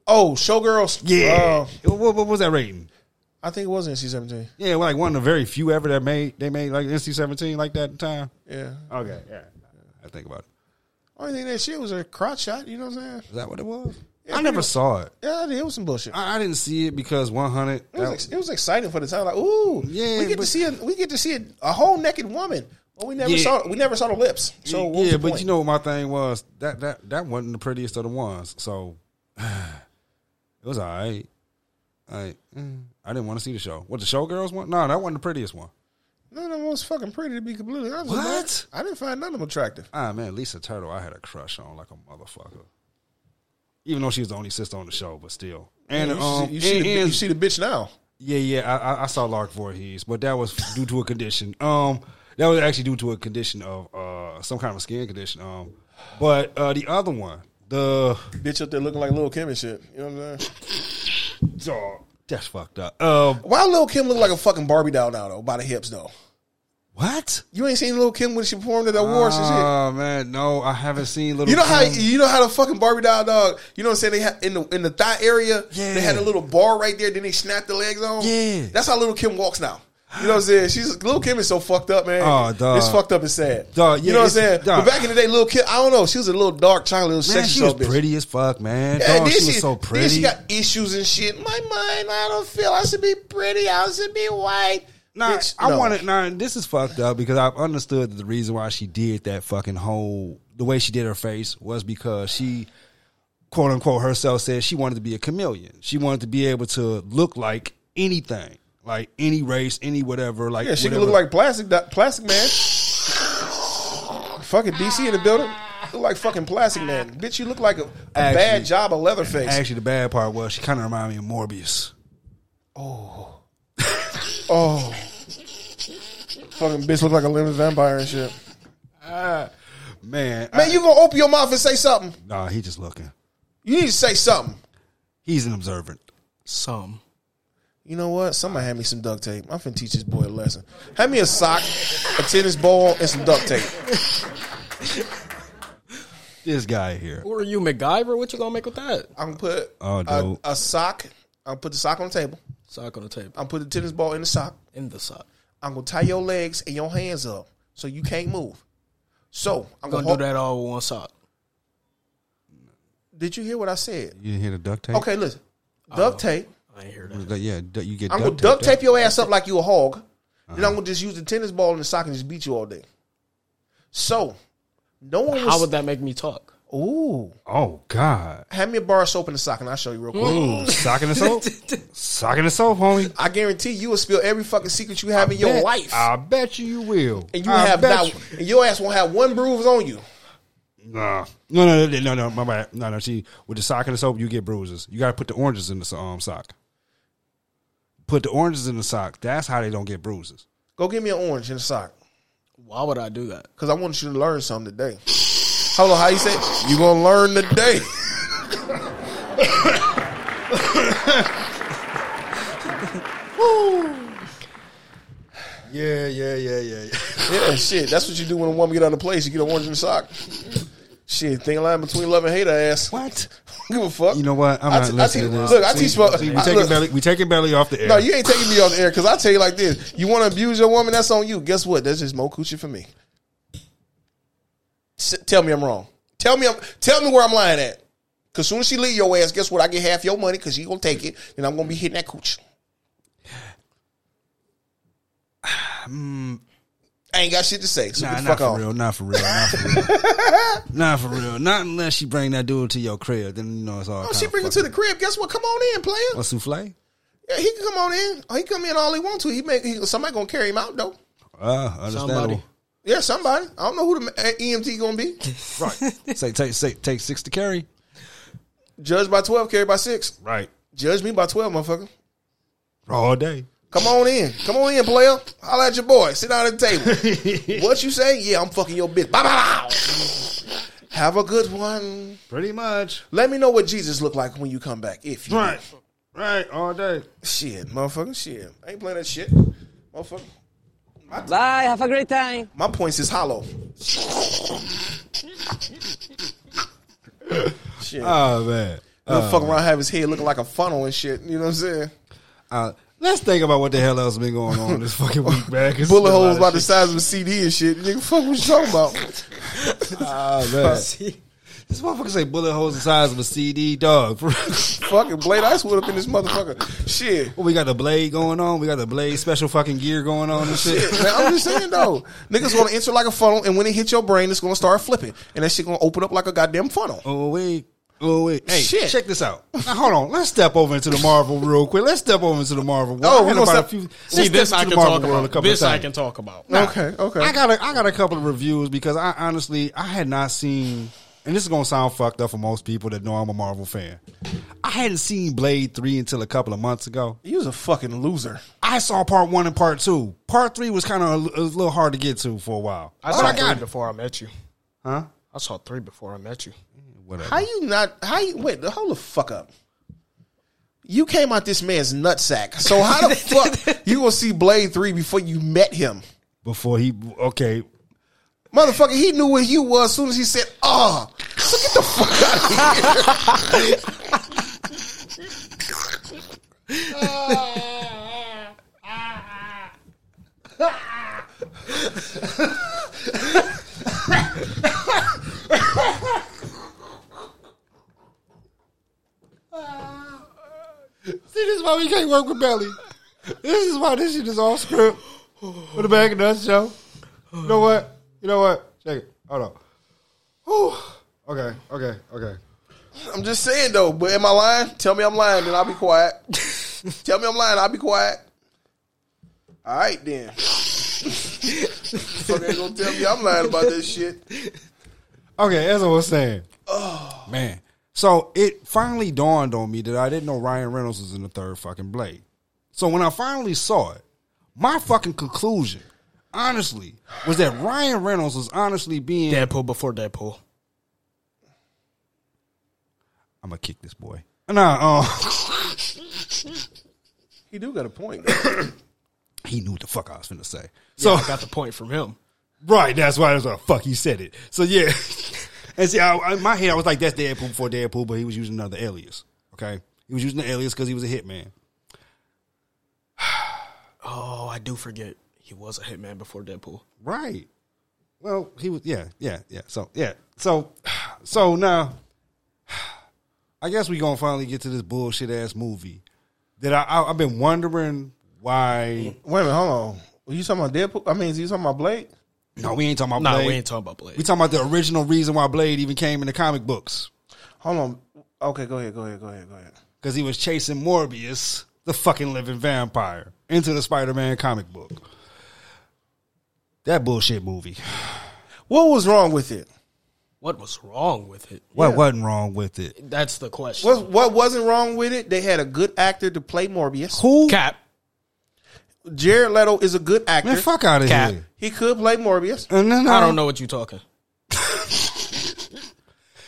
oh, Showgirls.
Yeah,
Uh,
It- what, what was that rating?
I think it was NC seventeen.
Yeah, like one of the very few ever that made they made like NC seventeen like that in time.
Yeah.
Okay, yeah, I think about it.
Only thing that shit was a crotch shot. You know what I'm saying?
Is that what it was?
Yeah,
I never
pretty-
saw it.
Yeah, it was some bullshit.
I, I didn't see it because one hundred.
It was, ex- it was exciting for the time. Like, ooh,
Yeah,
we get to
but-
see a, we get to see a, a whole naked woman. But we never
Yeah.
saw we never saw the lips. So what was
yeah,
the
but
point?
you know what my thing was that that that wasn't the prettiest of the ones, so it was all right. I
Mm.
I didn't want to see the show. What the showgirls one? No, that wasn't the prettiest one.
none of them was fucking pretty to be completely honest. with you, man.
What?
I didn't find none of them attractive.
Ah man, Lisa Turtle, I had a crush on like a motherfucker. Even though she was the only sister on the show, but still. And
you,
um,
see, you, see
and-
the, bi- you
and-
see the bitch now.
Yeah, yeah, I, I- I saw Lark Voorhees, but that was due to a condition. Um, that was actually due to a condition of uh some kind of skin condition. Um, but uh the other one, the
Bitch up there looking like Lil Kim and shit. You know what I'm saying?
dog, That's fucked up. Uh,
Why Lil Kim look like a fucking Barbie doll now though? By the hips though.
what?
You ain't seen Lil Kim when she performed at the awards and shit.
Oh man, no, I haven't seen little.
You know how
Kim.
you know how the fucking Barbie doll dog. You know what I'm saying? They had in the in the thigh area.
Yeah.
They had a little bar right there. Then they snapped the legs on.
Yeah.
That's how little Kim walks now. You know what I'm saying? She's little Kim is so fucked up, man.
Oh, dog.
It's fucked up and sad.
Dog, yeah,
you know what I'm
it's-
saying?
dog.
But back in the day, little Kim, I don't know. She was a little dark chocolate, little
man,
sexy
she
soul
was
bitch.
pretty as fuck, man.
Yeah,
Dog,
then
she, was so
Then
pretty.
she got issues and shit. My mind, I don't feel I should be pretty. I should be white.
Nah,
Bitch,
I
no.
wanted. Nah, this is fucked up because I've understood that the reason why she did that fucking whole the way she did her face was because she, quote unquote, herself said she wanted to be a chameleon. She wanted to be able to look like anything, like any race, any whatever. Like
Yeah, she can
whatever.
look like plastic Do- plastic man. fucking DC in the building. Look like fucking plastic man. Bitch, you look like a, a
Actually-
bad job of Leatherface.
Actually, the bad part was she kind of reminded me of Morbius.
Oh. fucking bitch look like a living vampire and shit.
Man,
Man, you gonna open your mouth and say something.
nah, he just looking.
You need to say something.
He's an observant.
Some.
You know what? Somebody hand me some duct tape. I'm finna teach this boy a lesson. Hand me a sock, a tennis ball, and some duct tape.
This guy
Uh,
here.
Or are you MacGyver? What you gonna make with that?
I'm gonna put
Oh,
a,
dope.
a sock. I'll put the sock on the table.
Sock on the table.
I'll put the tennis ball in the sock.
In the sock.
I'm gonna tie your legs and your hands up so you can't move. So I'm
I'm
gonna,
gonna do that all with one sock.
Did you hear what I said?
You didn't hear the duct tape?
Okay, listen. Duct tape.
I ain't hear that.
Yeah, du- you get
I'm gonna duct tape your ass up like you a hog. Then I'm gonna just use the tennis ball and the sock and just beat you all day. So no one was.
How would that make me talk?
ooh,
Oh God.
hand me a bar of soap and a sock and I'll show you real quick.
Ooh, socking the soap, socking the soap, homie.
I guarantee you will spill every fucking secret you have in your
Bet-
life,
I bet you you will.
and you
I
have
bet
not,
you-
and your ass won't have one bruise on you.
Nah. No, no, no, no, no, my bad. No, no. See, with the sock and the soap, you get bruises. You got to put the oranges in the um, sock. Put the oranges in the sock. That's how they don't get bruises.
Go get me an orange and a sock.
Why would I do that?
Cause I want you to learn something today. Hold on, how you say? it? You gonna learn today?
Yeah, yeah, yeah, yeah. yeah.
yeah, shit. That's what you do when a woman get on the place. You get an orange in the sock. Shit, thing line between love and hate. her ass.
What?
Give a fuck.
You know what? I'm
I
not
te- I
listening
teach-
to this.
Look, I
See,
teach my-
see, we
I-
taking
look.
belly. We taking belly off the air.
No, you ain't taking me on the air because I tell you like this: you want to abuse your woman, that's on you. Guess what? That's just more coochie for me. S- tell me I'm wrong. Tell me I'm. Tell me where I'm lying at. Cause soon as she leave your ass, guess what? I get half your money because you gonna take it, and I'm gonna be hitting that cooch. I ain't got shit to say. So
Nah,
get the
not
fuck
for,
off.
real, not for real. Not for real. not for real. Not unless you bring that dude to your crib. Then you know it's all.
Oh, she
kinda
bring it to
fucked
the
up.
crib. Guess what? Come on in, player.
A souffle.
Yeah, he can come on in. Oh, he come in all he want to. He make he, somebody gonna carry him out though.
Uh, understandable.
Yeah, somebody. I don't know who the uh, ma- EMT gonna be.
say, take, say, take six to carry.
Judge by twelve, carry by six.
Right.
Judge me by 12, motherfucker.
All day.
Come on in. Come on in, player. Holla at your boy. Sit down at the table. what you say? Yeah, I'm fucking your bitch. Bow, bow, bow. Have a good one.
Pretty much.
Let me know what Jesus looked like when you come back. If you
Right. Right. All day.
shit, motherfucker, shit. I ain't playing that shit. Motherfucker.
Bye. Have a great time.
My points is hollow. shit.
Oh man.
Motherfucker fuck around have his head looking like a funnel and shit. You know what I'm saying?
Uh, let's think about what the hell else been going on this fucking week, man. 'cause it's
Bullet
a lot
holes
of
about the
shit.
size of a CD and shit. Nigga, fuck what you talking about?
Oh, man. This motherfucker say bullet holes the size of a CD, dog. For real.
Fucking Blade Icewood up in this motherfucker. Shit.
we got the blade going on. We got the blade special fucking gear going on and shit.
Shit, man, I'm just saying though, niggas gonna enter like a funnel, and when it hit your brain, it's gonna start flipping, and that shit gonna open up like a goddamn funnel.
Oh wait. Oh wait. Hey,
Shit.
check this out. Now hold on. Let's step over into the Marvel real quick. Let's step over into the Marvel world.
Oh, we
I got about
gonna step-
a few- let's
See,
step
this I
into the
can talk
Marvel world a
about.
couple
This I
times.
can talk about.
Okay, okay.
I got a, I got a couple of reviews because I honestly I had not seen and this is gonna sound fucked up for most people that know I'm a Marvel fan. I hadn't seen Blade Three until a couple of months ago.
You was a fucking loser.
I saw part one and part two. Part three was kind of a, little hard to get to for a while.
I
But
saw
I got
three
it.
before I met you.
Huh?
I saw three before I met you.
Whatever.
How you not? How you wait? Hold the fuck up. You came out this man's nutsack. So how the fuck you gonna see Blade Three before you met him?
Before he okay,
Motherfucker, he knew where you was as soon as he said, "Ah, so get the fuck out of here."
See, this is why we can't work with Belly. This is why this shit is off script for the Bag of Nuts show. You know what? You know what? Check it. Hold on. Whew. Okay, okay, okay.
I'm just saying though. But am I lying? Tell me I'm lying, then I'll be quiet. Tell me I'm lying, I'll be quiet. All right then. Fuck ain't gonna tell me I'm lying about this shit.
Okay, as I was saying. Oh. Man. So it finally dawned on me that I didn't know Ryan Reynolds was in the third fucking Blade. So when I finally saw it, my fucking conclusion, honestly, was that Ryan Reynolds was honestly being.
Deadpool before Deadpool.
I'm going to kick this boy. Nah, uh,
He do got a point.
he knew what the fuck I was finna say. So
So I got the point from him.
right, that's why that's why the fuck he said it. So yeah, and see, I, I- in my head I was like, that's Deadpool before Deadpool, but he was using another alias. Okay, he was using the alias because he was a hitman.
Oh, I do forget he was a hitman before Deadpool.
Right. Well, he was. Yeah, yeah, yeah. So yeah, so so now, I guess we gonna finally get to this bullshit ass movie that I, I I've been wondering why.
Wait a minute, hold on. Were you talking about Deadpool? I mean, is you talking about Blade?
No, we ain't talking about.
No,
Blade.
we ain't talking about Blade.
We talking about the original reason why Blade even came in the comic books.
Hold on. Okay, go ahead, go ahead, go ahead, go ahead.
because he was chasing Morbius, the fucking living vampire, into the Spider Man comic book. That bullshit movie.
What was wrong with it?
what was wrong with it?
What wasn't wrong with it?
That's the question.
What what wasn't wrong with it? They had a good actor to play Morbius.
Who?
Cap.
Jared Leto is a good actor.
Man, fuck out of
Cap.
here.
He could play Morbius.
And then
I don't know what you talking.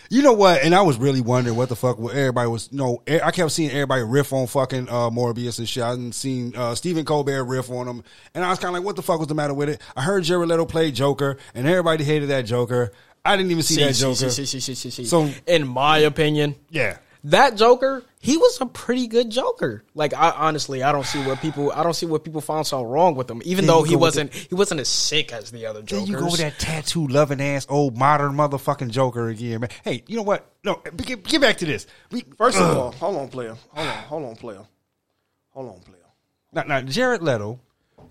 You know what? And I was really wondering what the fuck what everybody was. No, e- I kept seeing everybody riff on fucking uh, Morbius and shit. I didn't seen uh, Stephen Colbert riff on him, and I was kind of like, what the fuck was the matter with it? I heard Jared Leto play Joker, and everybody hated that Joker. I didn't even see, that Joker.
See, see, see, see, see, see.
So-
in my opinion,
Yeah.
that Joker, he was a pretty good Joker. Like I honestly, I don't see what people, I don't see what people found so wrong with him. Even
There you
though he
go with
wasn't, he wasn't as sick as the other
There
Jokers.
you go with that tattoo loving ass old modern motherfucking Joker again, man. Hey, you know what? No, b- get, get back to this. We, uh,
First
Ugh.
of all, hold on, player. Hold on, hold on, player. Hold on, player.
now, now Jared Leto.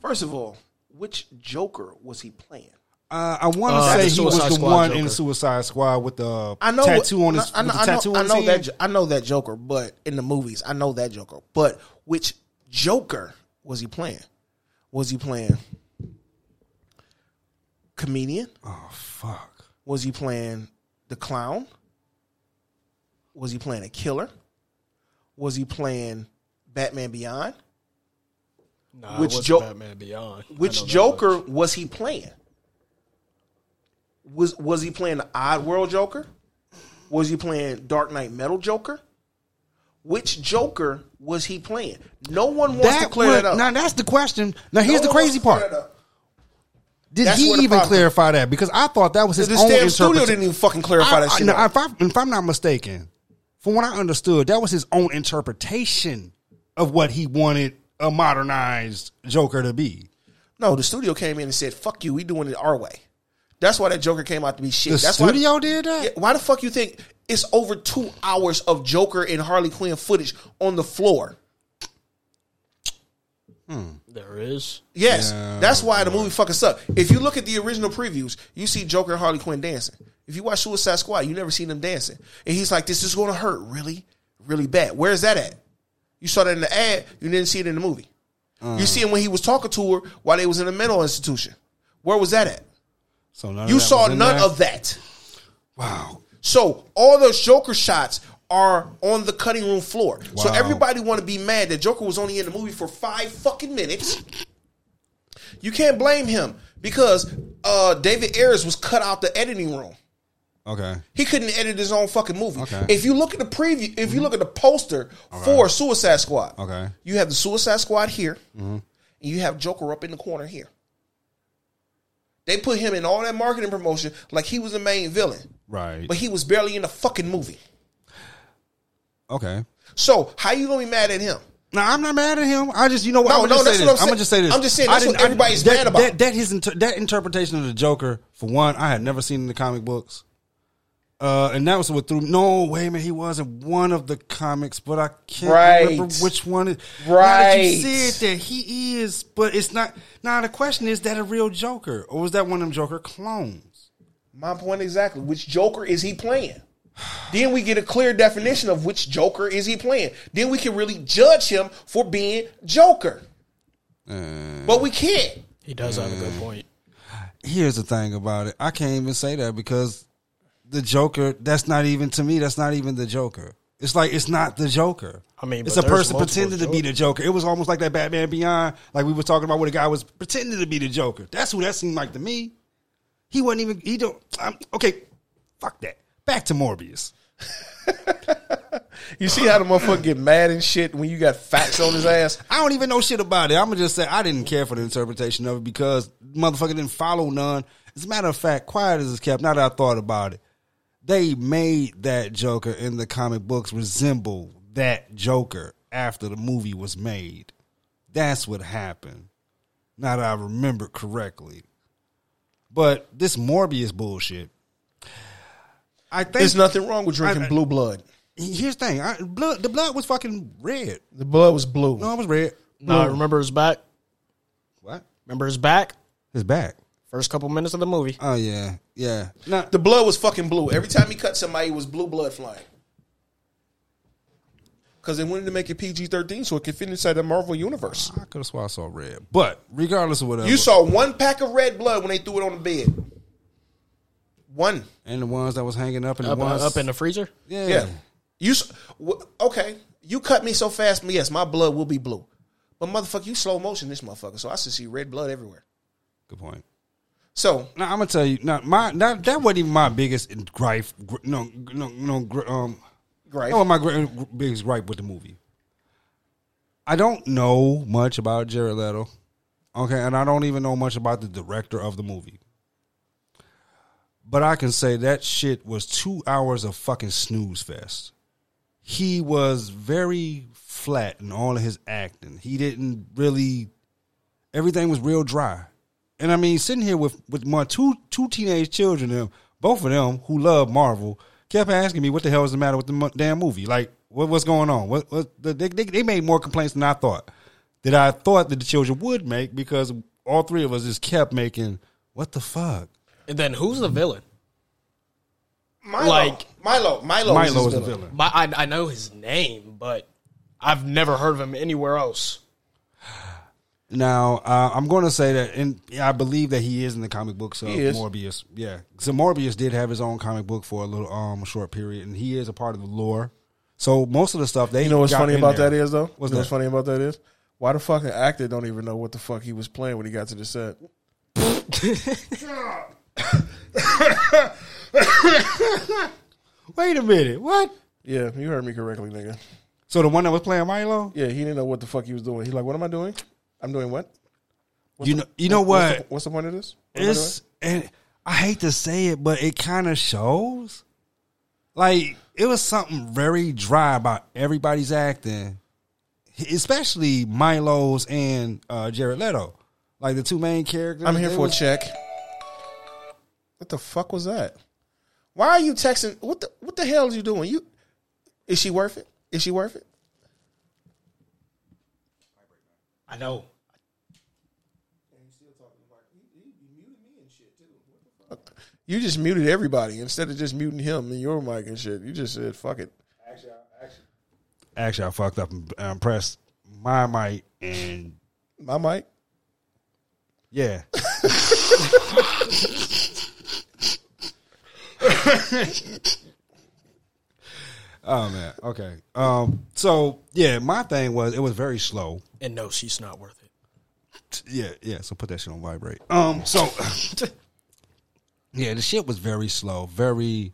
First of all, which Joker was he playing?
Uh, I want to
Uh,
say
the
he was
Suicide
the
Squad
one
Joker.
in the Suicide Squad with the
I know
tattoo on his
I know,
with the
I know-
tattoo
I
on
know
his
that.
hand.
Jo- I know that Joker, but in the movies, I know that Joker. But which Joker was he playing? Was he playing comedian?
Oh fuck!
Was he playing the clown? Was he playing a killer? Was he playing Batman Beyond?
Nah,
Which
which
Jo-
Joker? Batman Beyond. I know
Which
that
Joker was he playing? Was was he playing the Odd World Joker? Was he playing Dark Knight Metal Joker? Which Joker was he playing? No one wants to
That
clear
one-
that up.
Now that's the question. Now
No
here's the
one wants
crazy
to clear
part.
that up.
Did
That's
he
where the
even
problem-
clarify that? Because I thought that was his
This
own
damn studio
interpretation.
didn't even fucking clarify
I-
that
I-
shit.
no,
up.
if, I, if I'm not mistaken, from what I understood, that was his own interpretation of what he wanted a modernized Joker to be.
no, the studio came in and said, "Fuck you, we doing it our way." That's why that Joker came out to be shit.
The
That's why-
studio did that.
Yeah, Why the fuck you think it's over two hours of Joker and Harley Quinn footage on the floor?
much. There is.
Yes, that's why the movie fucking sucked. If you look at the original previews, you see Joker and Harley Quinn dancing. If you watch Suicide Squad, you never seen them dancing. And he's like, "This is going to hurt really, really bad." Where's that at? You saw that in the ad. You didn't see it in the movie. You see it when he was talking to her while they was in a mental institution. Where was that at?
So none of
You
that
saw
was in
none
there?
of that.
Wow.
So all those Joker shots are on the cutting room floor. So
Wow.
everybody want to be mad that Joker was only in the movie for five fucking minutes. You can't blame him because uh, David Ayers was cut out the editing room.
Okay.
He couldn't edit his own fucking movie.
Okay. Mm-hmm.
If you look at the preview, if you look at the poster for Suicide Squad,
Okay. Mm-hmm.
you have the Suicide Squad here, and you have Joker up in the corner here. They put him in all that marketing promotion like he was the main villain,
Right.
but he was barely in the fucking movie.
okay.
So how you gonna be mad at him?
No, I'm not mad at him. I just, you know what?
No,
I'm
no,
just
that's
say
what
this.
I'm
I'm gonna
saying.
just say this.
I'm just saying
I
that's what
didn't- I-
everybody's
that,
mad about.
That, that his inter- that interpretation of the Joker, for one, I had never seen in the comic books, uh, and that was what threw. No, wait a minute, he was in one of the comics, but I can't
Right.
remember which one. It, now that
Right.
you said that he is, but it's not. Now the question is, that a real Joker, or was that one of them Joker clones?
My point exactly. Which Joker is he playing? Then we get a clear definition of which Joker is he playing. Then we can really judge him for being Joker. but we can't.
He does have a
Mm.
good point.
Here's the thing about it. I can't even say that because the Joker. That's not even to me. That's not even the Joker. It's like it's not the Joker.
I mean,
it's a
but there's
person
multiple
pretending to be the Joker. It was almost like that Batman Beyond, like we were talking about, where the guy was pretending to be the Joker. That's who that seemed like to me. He wasn't even. He don't. I'm, okay, fuck that. Back to Morbius.
You see how the motherfucker get mad and shit when you got facts on his ass?
I don't even know shit about it. I'm gonna just say I didn't care for the interpretation of it because motherfucker didn't follow none. As a matter of fact, quiet as it's kept. Now that I thought about it, they made that Joker in the comic books resemble that Joker after the movie was made. That's what happened. Now that I remember correctly, but this Morbius bullshit. I think
There's nothing wrong with drinking
I- I-
blue blood.
Here's the thing: I, blood, the blood was fucking red.
The blood was blue.
No, it was red.
No, remember his back.
What?
Remember his back.
His back.
First couple minutes of the movie.
Oh yeah, yeah. No,
The blood was fucking blue. Every time he cut somebody, it was blue blood flying. Because they wanted to make it PG 13 so it could fit inside the Marvel universe.
I could have swore I saw red, but regardless of whatever,
You saw one pack of red blood when they threw it on the bed. One.
and the ones that was hanging up and
Up,
the ones
up in the freezer.
yeah.
Yeah. You s- wh- okay? You cut me so fast. Yes, my blood will be blue. But motherfucker, you slow motion this motherfucker, so I should see red blood everywhere.
Good point.
So
Now I'm gonna tell you. Now my now, that wasn't even my biggest gripe. gr- No, no, no. gr- Um,
Gripe.
That was my gr- biggest gripe with the movie. I don't know much about Jared Leto. Okay, and I don't even know much about the director of the movie. But I can say that shit was two hours of fucking snooze fest. He was very flat in all of his acting. He didn't really everything was real dry. And I mean, sitting here with with my two two teenage children, them both of them who love Marvel, kept asking me what the hell is the matter with the mo- damn movie? Like, what what's going on? What, what the, they, they they made more complaints than I thought that I thought that the children would make because all three of us just kept making what the fuck.
And then who's the villain?
Milo,
Like-
Milo, Milo,
Milo
Oh,
is
is his
a
villain.
villain.
My, I, I know his name, but I've never heard of him anywhere else.
Now, uh, I'm going to say that, and I believe that he is in the comic books of
He is.
Morbius. Yeah, so Morbius did have his own comic book for a little um short period, and he is a part of the lore. So most of the stuff they
You know what's
got
funny
in
about
there-
that is though.
What's
you know what's
that?
funny about that is why the fucking actor don't even know what the fuck he was playing when he got to the set.
Wait a minute, what?
Yeah, you heard me correctly, nigga.
So the one that was playing Milo,
Yeah, he didn't know what the fuck he was doing. He's like, "What am I doing? I'm doing what?
you know, you know
What's the,
what?
what's the point of this? What am I doing?
It's and I hate to say it, but it kind of shows. Like it was something very dry about everybody's acting, especially Milo's and uh, Jared Leto, like the two main characters.
I'm here
they
for a
was-
check. What the fuck was that? Why are you texting? What the what the hell are you doing? You is she worth it? Is she worth it?
I know.
You just muted everybody instead of just muting him and your mic and shit. You just said fuck it.
Actually, I fucked up and um, pressed my mic, and
My mic.
yeah, oh man, okay. Um, so yeah, my thing was it was very slow.
And no, she's not worth it.
yeah, yeah. So put that shit on vibrate. Um, so Yeah, the shit was very slow, very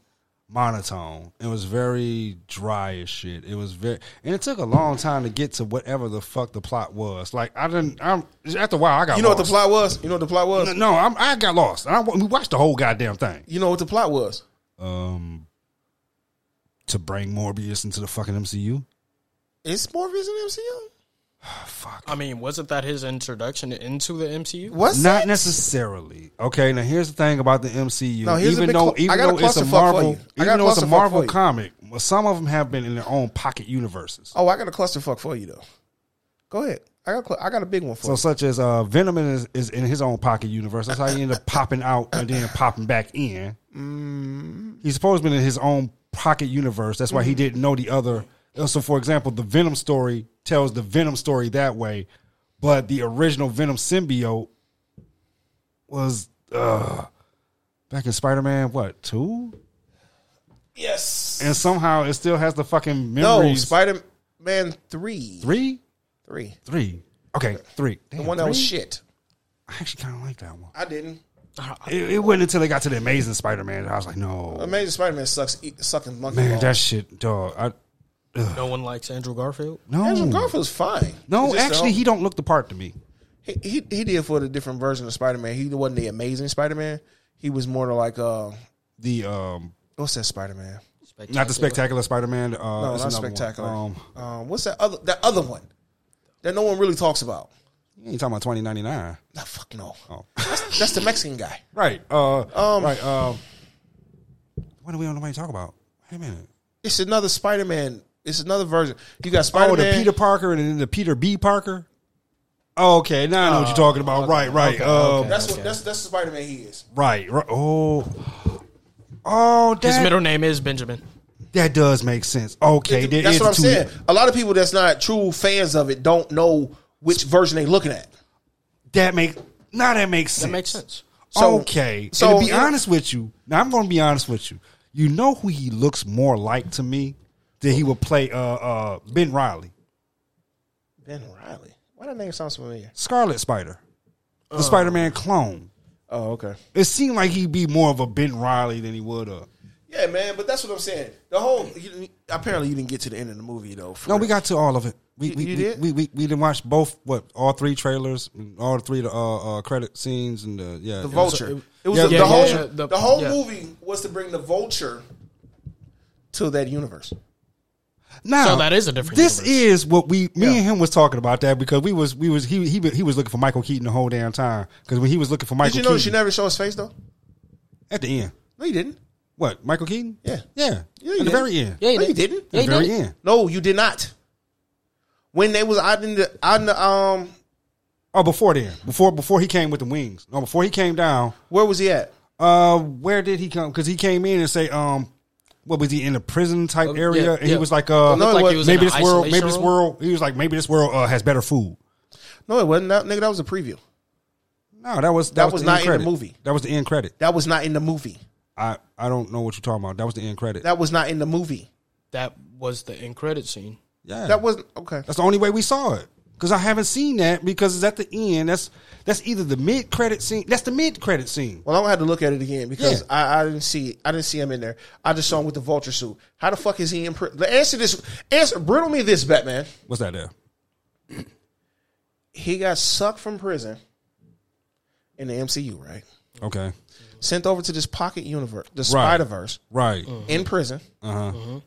monotone. It was very dry as shit. It was very, and it took a long time to get to whatever the fuck the plot was. Like I didn't. I'm after a while, I got.
You know what the
lost.
plot was? You know what the plot was?
No, I'm, I got lost. And I wa- we watched the whole goddamn thing.
You know what the plot was?
Um, to bring Morbius into the fucking MCU.
Is Morbius in MCU?
Ah, Fuck.
I mean, wasn't that his introduction into the MCU?
What's
Not
that?
necessary. Okay, now here's the thing about the MCU.
No, here's a
even
big
though
cl- I
even
got a
though it's a
clusterfuck for
Marvel,
you. I got
even
a
though it's a
clusterfuck for
Marvel
you.
comic, well, some of them have been in their own pocket universes.
Oh, I got a clusterfuck for you though. Go ahead. I got a cl- I got a big one for
So, such as uh, Venom is, is in his own pocket universe. That's how he ended up popping out and then popping back in.
Mm.
He's supposed to be in his own pocket universe. That's why he didn't know the other. Uh, So, for example, the Venom story tells the Venom story that way, but the original Venom symbiote was uh, back in Spider Man, what, two?
you. Yes.
And somehow it still has the fucking
No,
memories.
Spider Man three.
three?
Three.
Three. Okay, three.
The
Damn,
one that was
three?
shit.
I actually kind of like that one.
I didn't.
It, it wasn't until they got to the Amazing Spider-Man that I was like, no,
Amazing Spider Man sucks e- sucking monkey.
man,
balls.
that shit, dog. I,
No one likes Andrew Garfield.
no,
Andrew Garfield's fine.
no.
It's just
Actually,
the-
he don't look the part to me.
he, he he did for the different version of Spider Man. He wasn't the Amazing Spider Man. He was more to like uh
The um,
what's that Spider Man?
not the spectacular Spider-Man. Uh,
No,
it's
not
another one.
spectacular.
Um,
Um, what's that other that other one that no one really talks about?
you ain't talking about twenty ninety nine,
Nah, fuck no.
Oh.
That's, that's the Mexican guy.
right? Uh,
Um,
right. Um, what do we on the way to talk about? Wait a minute.
It's another Spider Man. It's another version. You got
Oh,
Spider
the
Man.
Peter Parker and then the Peter B. Parker. Oh, okay, now I know what you're talking
Uh,
about. right, right. um,
That's what that's that's the Spider Man he is.
right, right. Oh, oh,
His
that-
middle name is Benjamin.
That does make sense. Okay, there
That's
is
what I'm
two-
saying. A lot of people that's not true fans of it don't know which version they looking at.
That make now that makes sense.
That makes sense.
So-
okay, so
so-
to be honest with you, now I'm going to be honest with you. You know who he looks more like to me that he would play uh, uh, Ben Riley,
Ben Riley. Why that name sounds familiar?
Scarlet Spider, the
Uh.
Spider-Man clone.
Oh, okay.
It seemed like he'd be more of a Ben Riley than he would a.
Yeah, man. But that's what I'm saying. The whole you, apparently you didn't get to the end of the movie though. for-
No, we got to all of it. We
You-
we,
you
we,
did?
we we we didn't watch both what all three trailers, all three the uh, uh, credit scenes and the yeah
the
it was-
vulture. It was,
yeah,
the,
yeah,
whole
yeah,
the,
the-
whole
yeah.
movie was to bring the vulture to that universe.
Now,
So that is a different
This
universe.
is what we, me
Yeah.
and him was talking about that because we was we was he he he was looking for Michael Keaton the whole damn time because when he was looking for
Did
Michael
you know she
Keaton
never show his face though?
at the end,
No, you didn't.
what Michael Keaton?
Yeah.
yeah,
Yeah,
at
he
the
did.
very end,
Yeah, he
no, you
did.
didn't.
at the very
did.
end.
No, you did not. When they was out in the out in the um,
Oh, before then, before before he came with the wings. No, before he came down.
where was he at?
Uh, where did he come? Because he came in and say, um, what was he in a prison type
Um,
area?
yeah,
and he
yeah.
was like, uh,
It looked like he was in
maybe
an
this world, maybe
isolation
this
room.
world. He was like, maybe this world uh, has better food.
No, it wasn't. That, nigga, that was a preview.
No, that was that,
That
was,
was
the
not
end
in the
credit.
movie.
That was the end credit.
That was not in the movie.
I I don't know what you're talking about. That was the end credit.
That was not in the movie.
That was the end credit scene.
yeah,
That wasn't okay.
That's the only way we saw it. Because I haven't seen that because it's at the end. That's that's either the mid credit scene. That's the mid credit scene.
Well, I'm gonna have to look at it again because
Yeah.
I, I didn't see I didn't see him in there. I just saw him with the vulture suit. How the fuck is he in prison? Answer this. Answer. Riddle me this, Batman.
What's that there?
He got sucked from prison in the MCU, right?
Okay.
Sent over to this pocket universe, the
Right.
Spider Verse,
Right.
Mm.
in prison.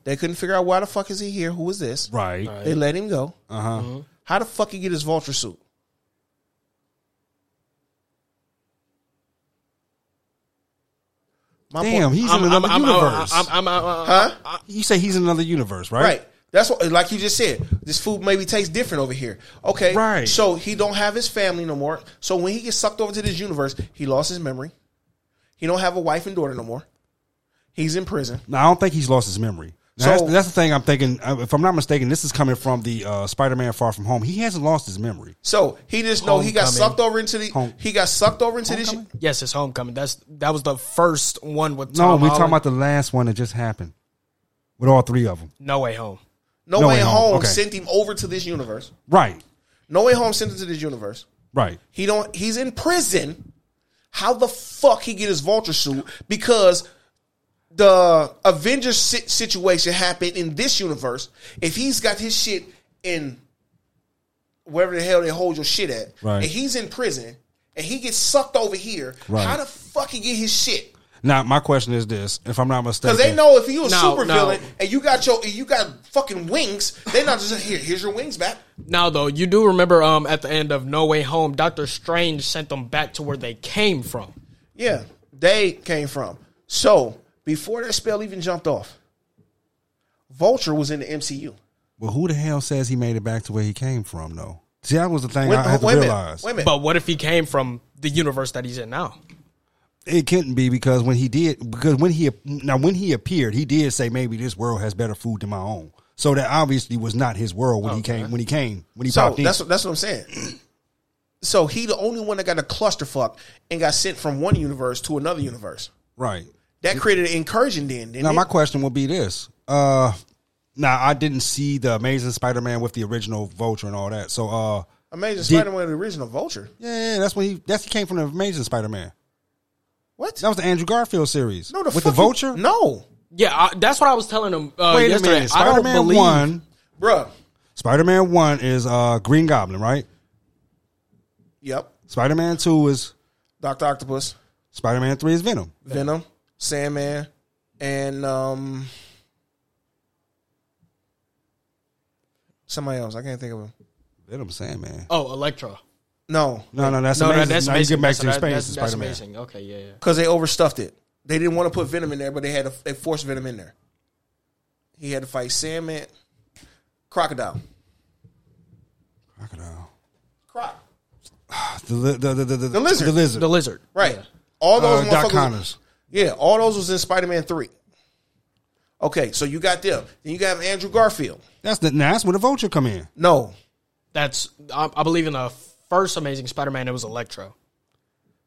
They couldn't figure out why the fuck is he here? Who is this?
Right.
They let him go. Uh-huh. How the fuck he get his vulture suit? My
Damn,
point-
he's in another universe.
I'm, I'm, I'm, I'm-
huh?
you say he's in another universe, right?
Right. That's what, like you just said, this food maybe tastes different over here. Okay,
Right.
So he don't have his family no more. So when he gets sucked over to this universe, he lost his memory. He don't have a wife and daughter no more. He's in prison.
Now, I don't think he's lost his memory. Now,
So-
that's, that's the thing I'm thinking. uh, If I'm not mistaken, this is coming from the uh, Spider-Man Far From Home. He hasn't lost his memory.
So he just know he got
Homecoming.
sucked over into the
Home-
he got sucked over into
Homecoming?
this.
yes, it's Homecoming. That's that was the first one with
No,
Tom
we're talking
Holland.
about the last one that just happened with all three of them.
No Way Home.
No,
No
way
Way Home.
home
Okay.
sent him over to this universe.
Right.
No way home sent him to this universe.
Right.
He don't. He's in prison. how the fuck he get his vulture suit because the Avengers si- situation happened in this universe. If he's got his shit in wherever the hell they hold your shit at,
Right.
and he's in prison and he gets sucked over here,
Right.
how the fuck he get his shit?
Now, my question is this: If I'm not mistaken,
Because they know if you a
No,
super villain
no.
and you got your you got fucking wings, they not just here. Here's your wings back.
Now though, you do remember um at the end of No Way Home, Doctor Strange sent them back to where they came from.
Yeah, they came from. So before that spell even jumped off, Vulture was in the MCU.
Well, who the hell says he made it back to where he came from, though? See, that was the thing
Wait,
I had to
wait a minute,
realize.
wait a minute.
But what if he came from the universe that he's in now?
It couldn't be because when he did, because when he now when he appeared, he did say maybe this world has better food than my own. So that obviously was not his world when he came. When he came, when he
So
popped in,
that's what that's what I'm saying. So he the only one that got a clusterfuck and got sent from one universe to another universe.
right?
That created an incursion then. Didn't
Now
it?
my question will be this: uh, Now I didn't see the Amazing Spider-Man with the original Vulture and all that. So, uh,
Amazing
Did-
Spider-Man, the original Vulture.
yeah, yeah, that's when he that's he came from the Amazing Spider-Man.
What?
That was the Andrew Garfield series.
no, the
with the
fuck you-
Vulture.
no,
Yeah, I, that's what I was telling him uh,
wait a
yesterday.
minute.
I don't
Spider-Man
believe-
one.
bruh.
Spider-Man one is uh Green Goblin, right?
Yep,
Spider-Man two is
Doctor Octopus,
Spider-Man three is Venom.
Venom, Sandman, and um somebody else. I can't think of him.
Venom Sandman.
Oh, Electra.
No,
No, no, that's
No, no,
amazing.
that's
now
amazing.
you get back
That's-
to the
that-
space,
that's, that's
Spider Man.
amazing. Okay, yeah, yeah.
because they overstuffed it. They didn't want to put Venom in there, but they had to, they forced Venom in there. He had to fight Sandman, Crocodile,
Crocodile.
Croc,
The, li- the, the, the, the,
lizard.
The lizard.
The lizard.
right? All those
Uh, Doc
motherfuckers-
Connors.
Yeah, all those was in Spider Man three. Okay, so you got them. Then you got Andrew Garfield.
That's the now that's where the vulture come in.
No,
That's I, I believe in the first Amazing Spider-Man. It was Electro.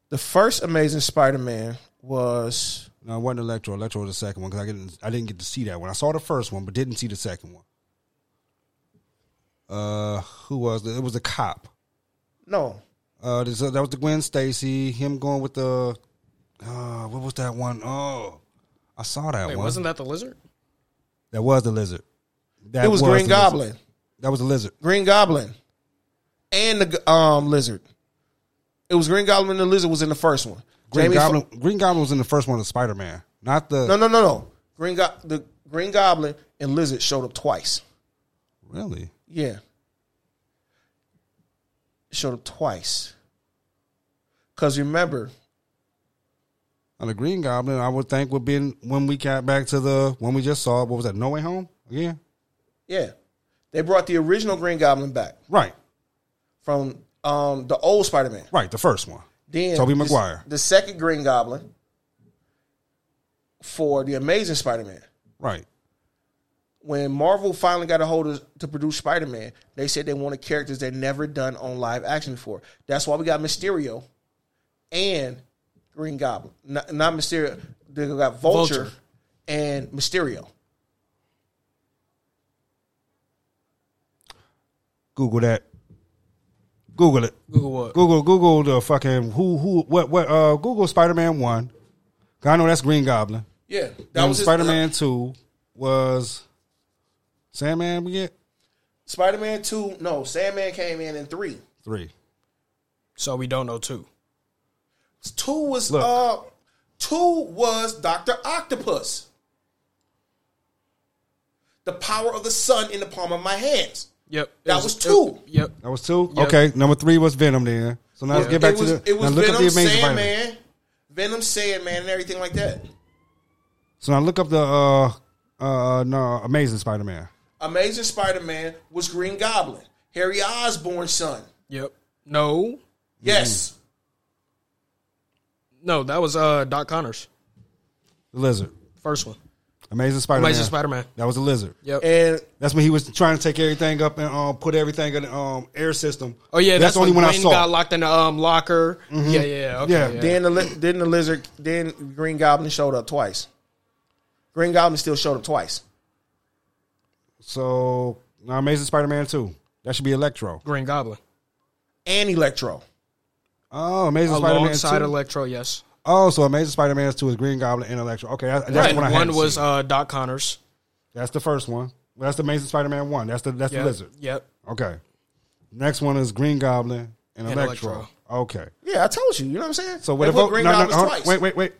the first Amazing Spider Man was
No, it wasn't Electro. Electro was the second one because I didn't I didn't get to see that one. I saw the first one, but didn't see the second one. Uh, who was it? It was a cop.
no.
Uh, this, that was the Gwen Stacy. Him going with the. Uh, what was that one? Oh, I saw that
Wait,
one.
wasn't that the lizard?
That was the lizard. That
It was
the
Green
lizard.
Goblin.
That was the lizard.
Green Goblin, and the g- um lizard. It was Green Goblin and the lizard was in the first one.
Green
Jamie Fo-
Goblin. Green Goblin was in the first one of Spider Man, not the.
No, no, no, no. Green Go- the Green Goblin and Lizard showed up twice.
Really?
Yeah, showed up twice. Cause remember,
Now, the Green Goblin, I would think would be in- when we got back to the when we just saw. What was that? No Way Home again?
yeah, they brought the original Green Goblin back
Right,
from um the old Spider Man.
right. The first one.
Then
Tobey
the-
Maguire.
the second Green Goblin for the Amazing Spider Man.
Right.
when Marvel finally got a hold of, to produce Spider Man, they said they wanted characters they'd never done on live action before. That's why we got Mysterio and Green Goblin. Not, not Mysterio. They got Vulture,
Vulture.
and Mysterio.
Google that. Google it.
Google what?
Google Google the fucking who who what what uh Google Spider Man one. 'Cause I know that's Green Goblin.
Yeah, that
That
was
Spider Man two was Sandman. We get
Spider Man two. No, Sandman came in in three.
three.
So we don't know two.
Two was
Look.
uh, two was Doctor Octopus. The power of the sun in the palm of my hands.
Yep, it
That was two.
it- yep.
That was two.
Yeah.
Okay, number three was Venom. Then so now let's get back
it was,
to the.
it was
now look
Venom,
up the Amazing Spider Man.
Sandman, Venom, Sandman, and everything like that.
So now look up the uh uh no Amazing Spider Man.
Amazing Spider-Man was Green Goblin, Harry Osborn's son.
Yep. No.
Yes,
No, that was uh Doc Connors.
The lizard.
First one.
Amazing Spider Man.
Amazing Spider-Man.
That was the lizard.
Yep.
and
That's when he was trying to take everything up and um put everything in the um air system.
oh yeah,
that's,
that's,
the only
when
one I
Wayne
saw. Mm-hmm.
Got locked in the um locker. Yeah, yeah, okay,
Yeah,
yeah.
then the li- then the lizard, then Green Goblin showed up twice. Green Goblin still showed up twice.
so uh, now Amazing Spider Man two. That should be Electro.
Green Goblin.
And Electro.
Oh, Amazing Spider-Man
Alongside
two.
Electro, yes.
oh, so Amazing Spider-Man two is Green Goblin and Electro. Okay, I, that's the one I
One
had.
was uh, Doc Connors.
that's the first one. That's the Amazing Spider-Man one. That's the that's
Yep.
the lizard.
Yep.
Okay. Next one is Green Goblin and,
And
Electro.
Electro.
Okay.
Yeah, I told you. You know what I'm saying?
So what
They
if
put
Vul-
Green
no, no,
Goblins
hold-
twice.
wait, wait, wait.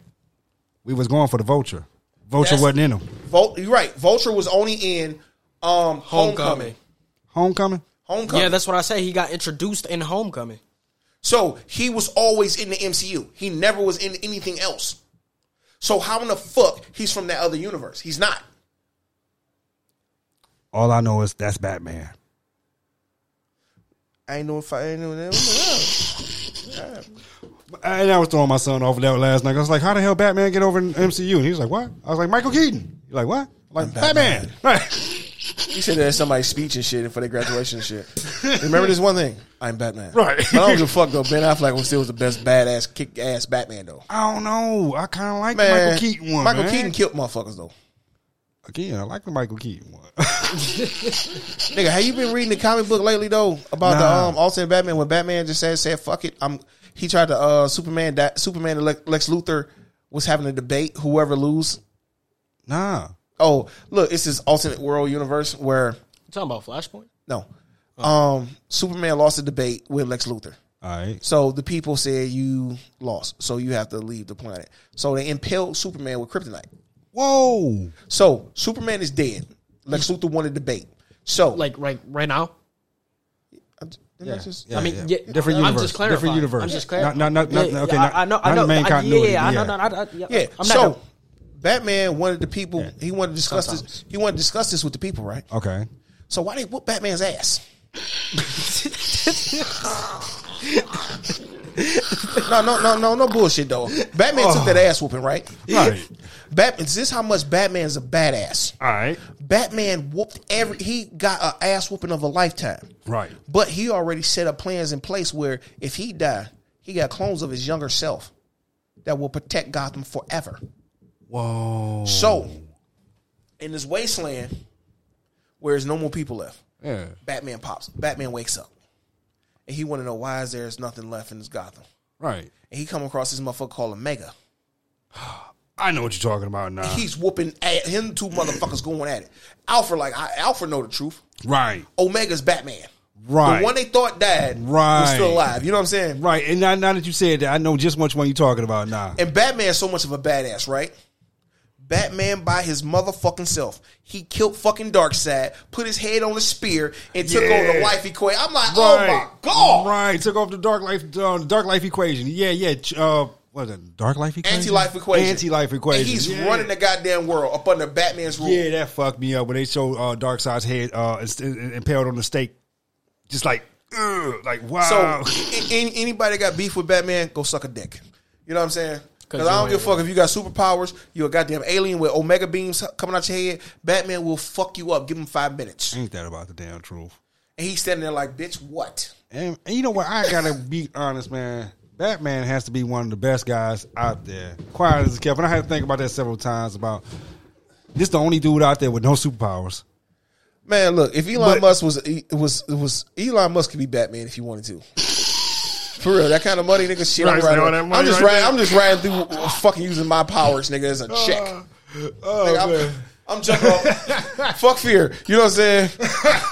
We was going for the vulture. Vulture
That's-
wasn't in him.
Vul- you're right. Vulture was only in um, Homecoming.
Homecoming.
Homecoming.
Homecoming.
Yeah, that's what I say. He got introduced in Homecoming.
so he was always in the MCU. He never was in anything else. So how in the fuck he's from that other universe? He's not.
All I know is that's Batman.
I ain't know if I ain't know that.
And I was throwing my son off that last night. I was like, "How the hell Batman get over in MCU?" And he was like, "What?" I was like, "Michael Keaton." He's like, "What?" I'm like Batman. Right.
He said that at somebody's speech and shit for their graduation and shit. Remember this one thing? I'm Batman.
Right.
But I don't give a fuck though. Ben Affleck was still was the best badass kick ass Batman though.
I don't know. I kind of like the
Man,
Michael Keaton one.
Michael
man.
Keaton killed motherfuckers though.
again. I like the Michael Keaton one.
Nigga, have you been reading the comic book lately though
Nah.
about the um Ultimate Batman when Batman just said said fuck it I'm he tried to uh Superman that Superman and Lex, Lex Luthor was having a debate whoever lose
nah.
oh look it's this alternate world universe where
You talking about Flashpoint?
no um Superman lost the debate with Lex Luthor
All right.
so the people said you lost so you have to leave the planet so they impaled Superman with kryptonite
Whoa.
so Superman is dead Lex Luthor won the debate so
Like right right now?
I'm j- didn't I just-
I mean, yeah,
different
I'm
universe.
just clarifying.
Different universe.
I'm just clarifying.
Not, not, not,
Yeah,
not, okay,
yeah,
not,
I know. I
not
know.
the main
I,
continuity.
yeah, I know. I, I, I, yeah,
Yeah.
I'm
so
not.
Batman wanted the people. He wanted to discuss
Sometimes.
this. He wanted to discuss this with the people, right?
Okay.
So why they whoop Batman's ass? no, no, no, no, no bullshit though. Batman took that ass whooping, right?
Right.
Batman. This is how much Batman's a badass.
All right.
Batman whooped every. He got an ass whooping of a lifetime.
Right.
But he already set up plans in place where if he die, he got clones of his younger self that will protect Gotham forever.
Whoa.
So, in this wasteland where there's no more people left,
Yeah.
Batman pops. Batman wakes up, and he want to know why is there's nothing left in this Gotham.
Right.
And he come across this motherfucker called Omega.
I know what you're talking about now.
He's whooping at him. Two motherfuckers going at it. Alfred like I, Alfred know the truth.
right.
Omega's Batman.
Right.
The one they thought died was
Right.
still alive. You know what I'm saying?
right. And now, now that you said that, I know just which one you're talking about now.
And Batman's so much of a badass, right? Batman by his motherfucking self. He killed fucking Darkseid, put his head on a spear, and took
Yeah.
on the life equation. I'm
right.
like, oh my god.
Right. Took off the dark life, uh, dark life equation. Yeah. Yeah. Ch- Uh, what is it? Dark life equation.
Anti-life equation.
Anti life equation.
And he's
yeah.
running the goddamn world up under Batman's rule.
Yeah, that fucked me up when they show uh, Darkseid's head uh, is- is- is impaled on the stake. Just like, ugh, like
So
wow.
a- any- anybody got beef with Batman, go suck a dick. You know what I'm saying?
'Cause
Because I don't
you
give a fuck if you got superpowers, you're a goddamn alien with omega beams coming out your head. Batman will fuck you up. Give him five minutes.
Ain't that about the damn truth?
And he's standing there like, bitch, what?
And, and you know what? I gotta be honest, man. Batman has to be one of the best guys out there. Quiet as kept, and I had to think about that several times. About this, the only dude out there with no superpowers.
Man, look, if Elon
But-
Musk was it was it was Elon Musk could be Batman if he wanted to. For real, that kind of money, nigga. Shit,
Right,
I'm, riding,
all that money
I'm just
right
riding.
there.
I'm just riding through, uh, fucking using my powers, nigga, as a check.
Uh,
Nigga, I'm, I'm jumping off. Fuck fear. You know what I'm saying?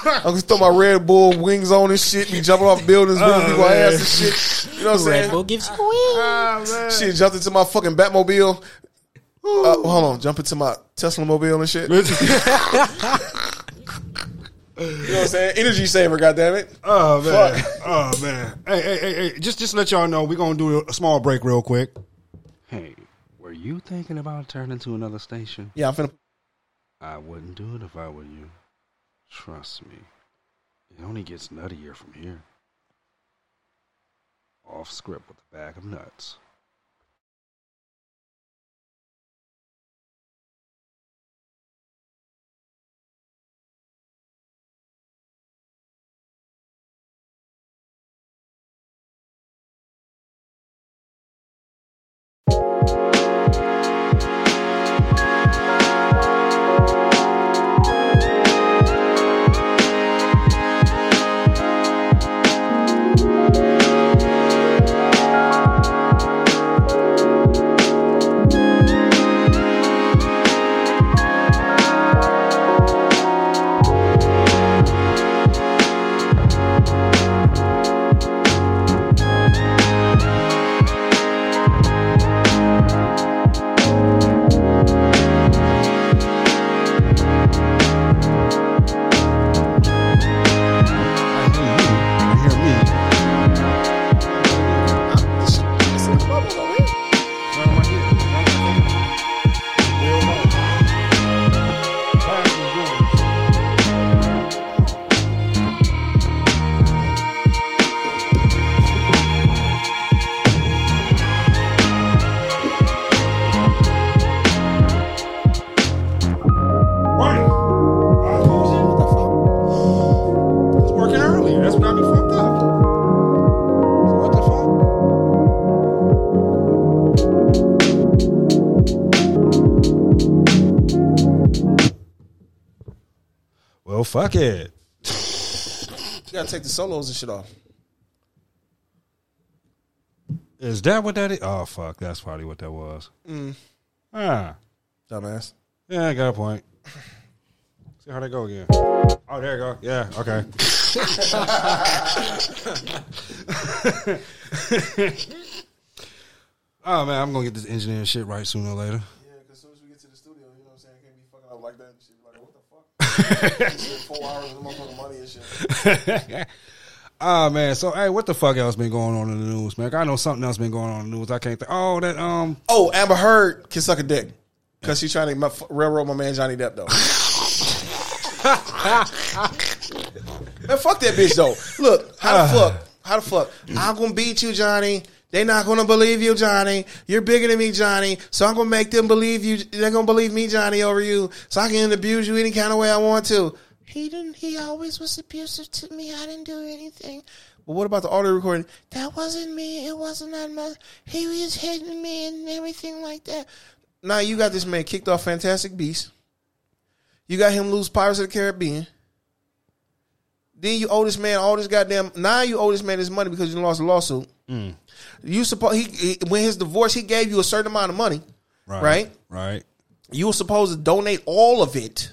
I'm gonna throw my Red Bull wings on and shit. Be jumping off buildings, moving
Oh,
people
man.
ass and shit. You know what I'm
Red
saying?
Bull gives you wings.
Shit, jumped into my fucking Batmobile. Uh, hold on, jump into my Tesla mobile and shit. You know what I'm saying? Energy saver, goddammit.
Oh man, oh man. Hey, hey, hey, hey, just just to let y'all know, we're gonna do a small break real quick.
Hey, were you thinking about turning to another station?
Yeah, I'm finna.
I wouldn't do it if I were you. Trust me. It only gets nuttier from here. Off script with a bag of nuts.
Fuck it.
You gotta take the solos and shit off.
Is that what that is? Oh fuck, that's probably what that was. Ah,
Dumbass.
yeah, I got a point. See how that go again. Oh, there you go. Yeah, okay. oh man, I'm gonna get this engineering shit right sooner or later.
Yeah, because as soon as we get to the studio, you know what I'm saying? I can't be fucking up like that and shit. Like, what the fuck? Spend four hours of motherfucking money and shit.
Oh man, so hey, what the fuck else been going on in the news, man? I know something else been going on in the news. I can't think. Oh, that um,
Oh, Amber Heard can suck a dick. Because she's trying to ma- railroad my man Johnny Depp, though. man, fuck that bitch, though. Look, how the fuck? How the fuck? I'm going to beat you, Johnny. They not going to believe you, Johnny. You're bigger than me, Johnny. So I'm going to make them believe you. They're going to believe me, Johnny, over you. So I can abuse you any kind of way I want to. He didn't. He always was abusive to me. I didn't do anything. But what about the audio recording? That wasn't me. It wasn't on my. He was hitting me and everything like that. Now you got this man kicked off Fantastic Beasts. You got him lose Pirates of the Caribbean. Then you owe this man all this goddamn. Now you owe this man his money because you lost a lawsuit. You supposed he, he when his divorce he gave you a certain amount of money, right?
right.
you were supposed to donate all of it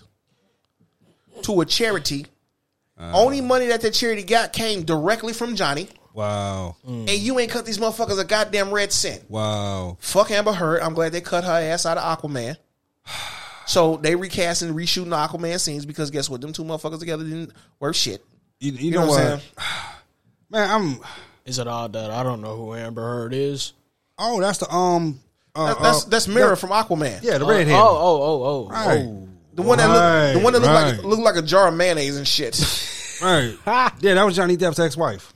to a charity. Only money that the charity got came directly from Johnny,
Wow,
and you ain't cut these motherfuckers a goddamn red cent.
wow.
Fuck Amber Heard. I'm glad they cut her ass out of Aquaman. So they recasting, reshooting the Aquaman scenes because guess what? Them two motherfuckers together didn't worth shit.
You, you,
You
know,
know what I'm saying?
what, man? I'm.
Is it odd that I don't know who Amber Heard is?
Oh, that's the um. Uh,
That- that's
uh,
that's Mirror from Aquaman.
yeah, the redhead.
Oh, oh, oh, oh.
right,
the one that look, the one that looked
right.
like looked like a jar of mayonnaise and shit.
right. yeah, that was Johnny Depp's ex-wife.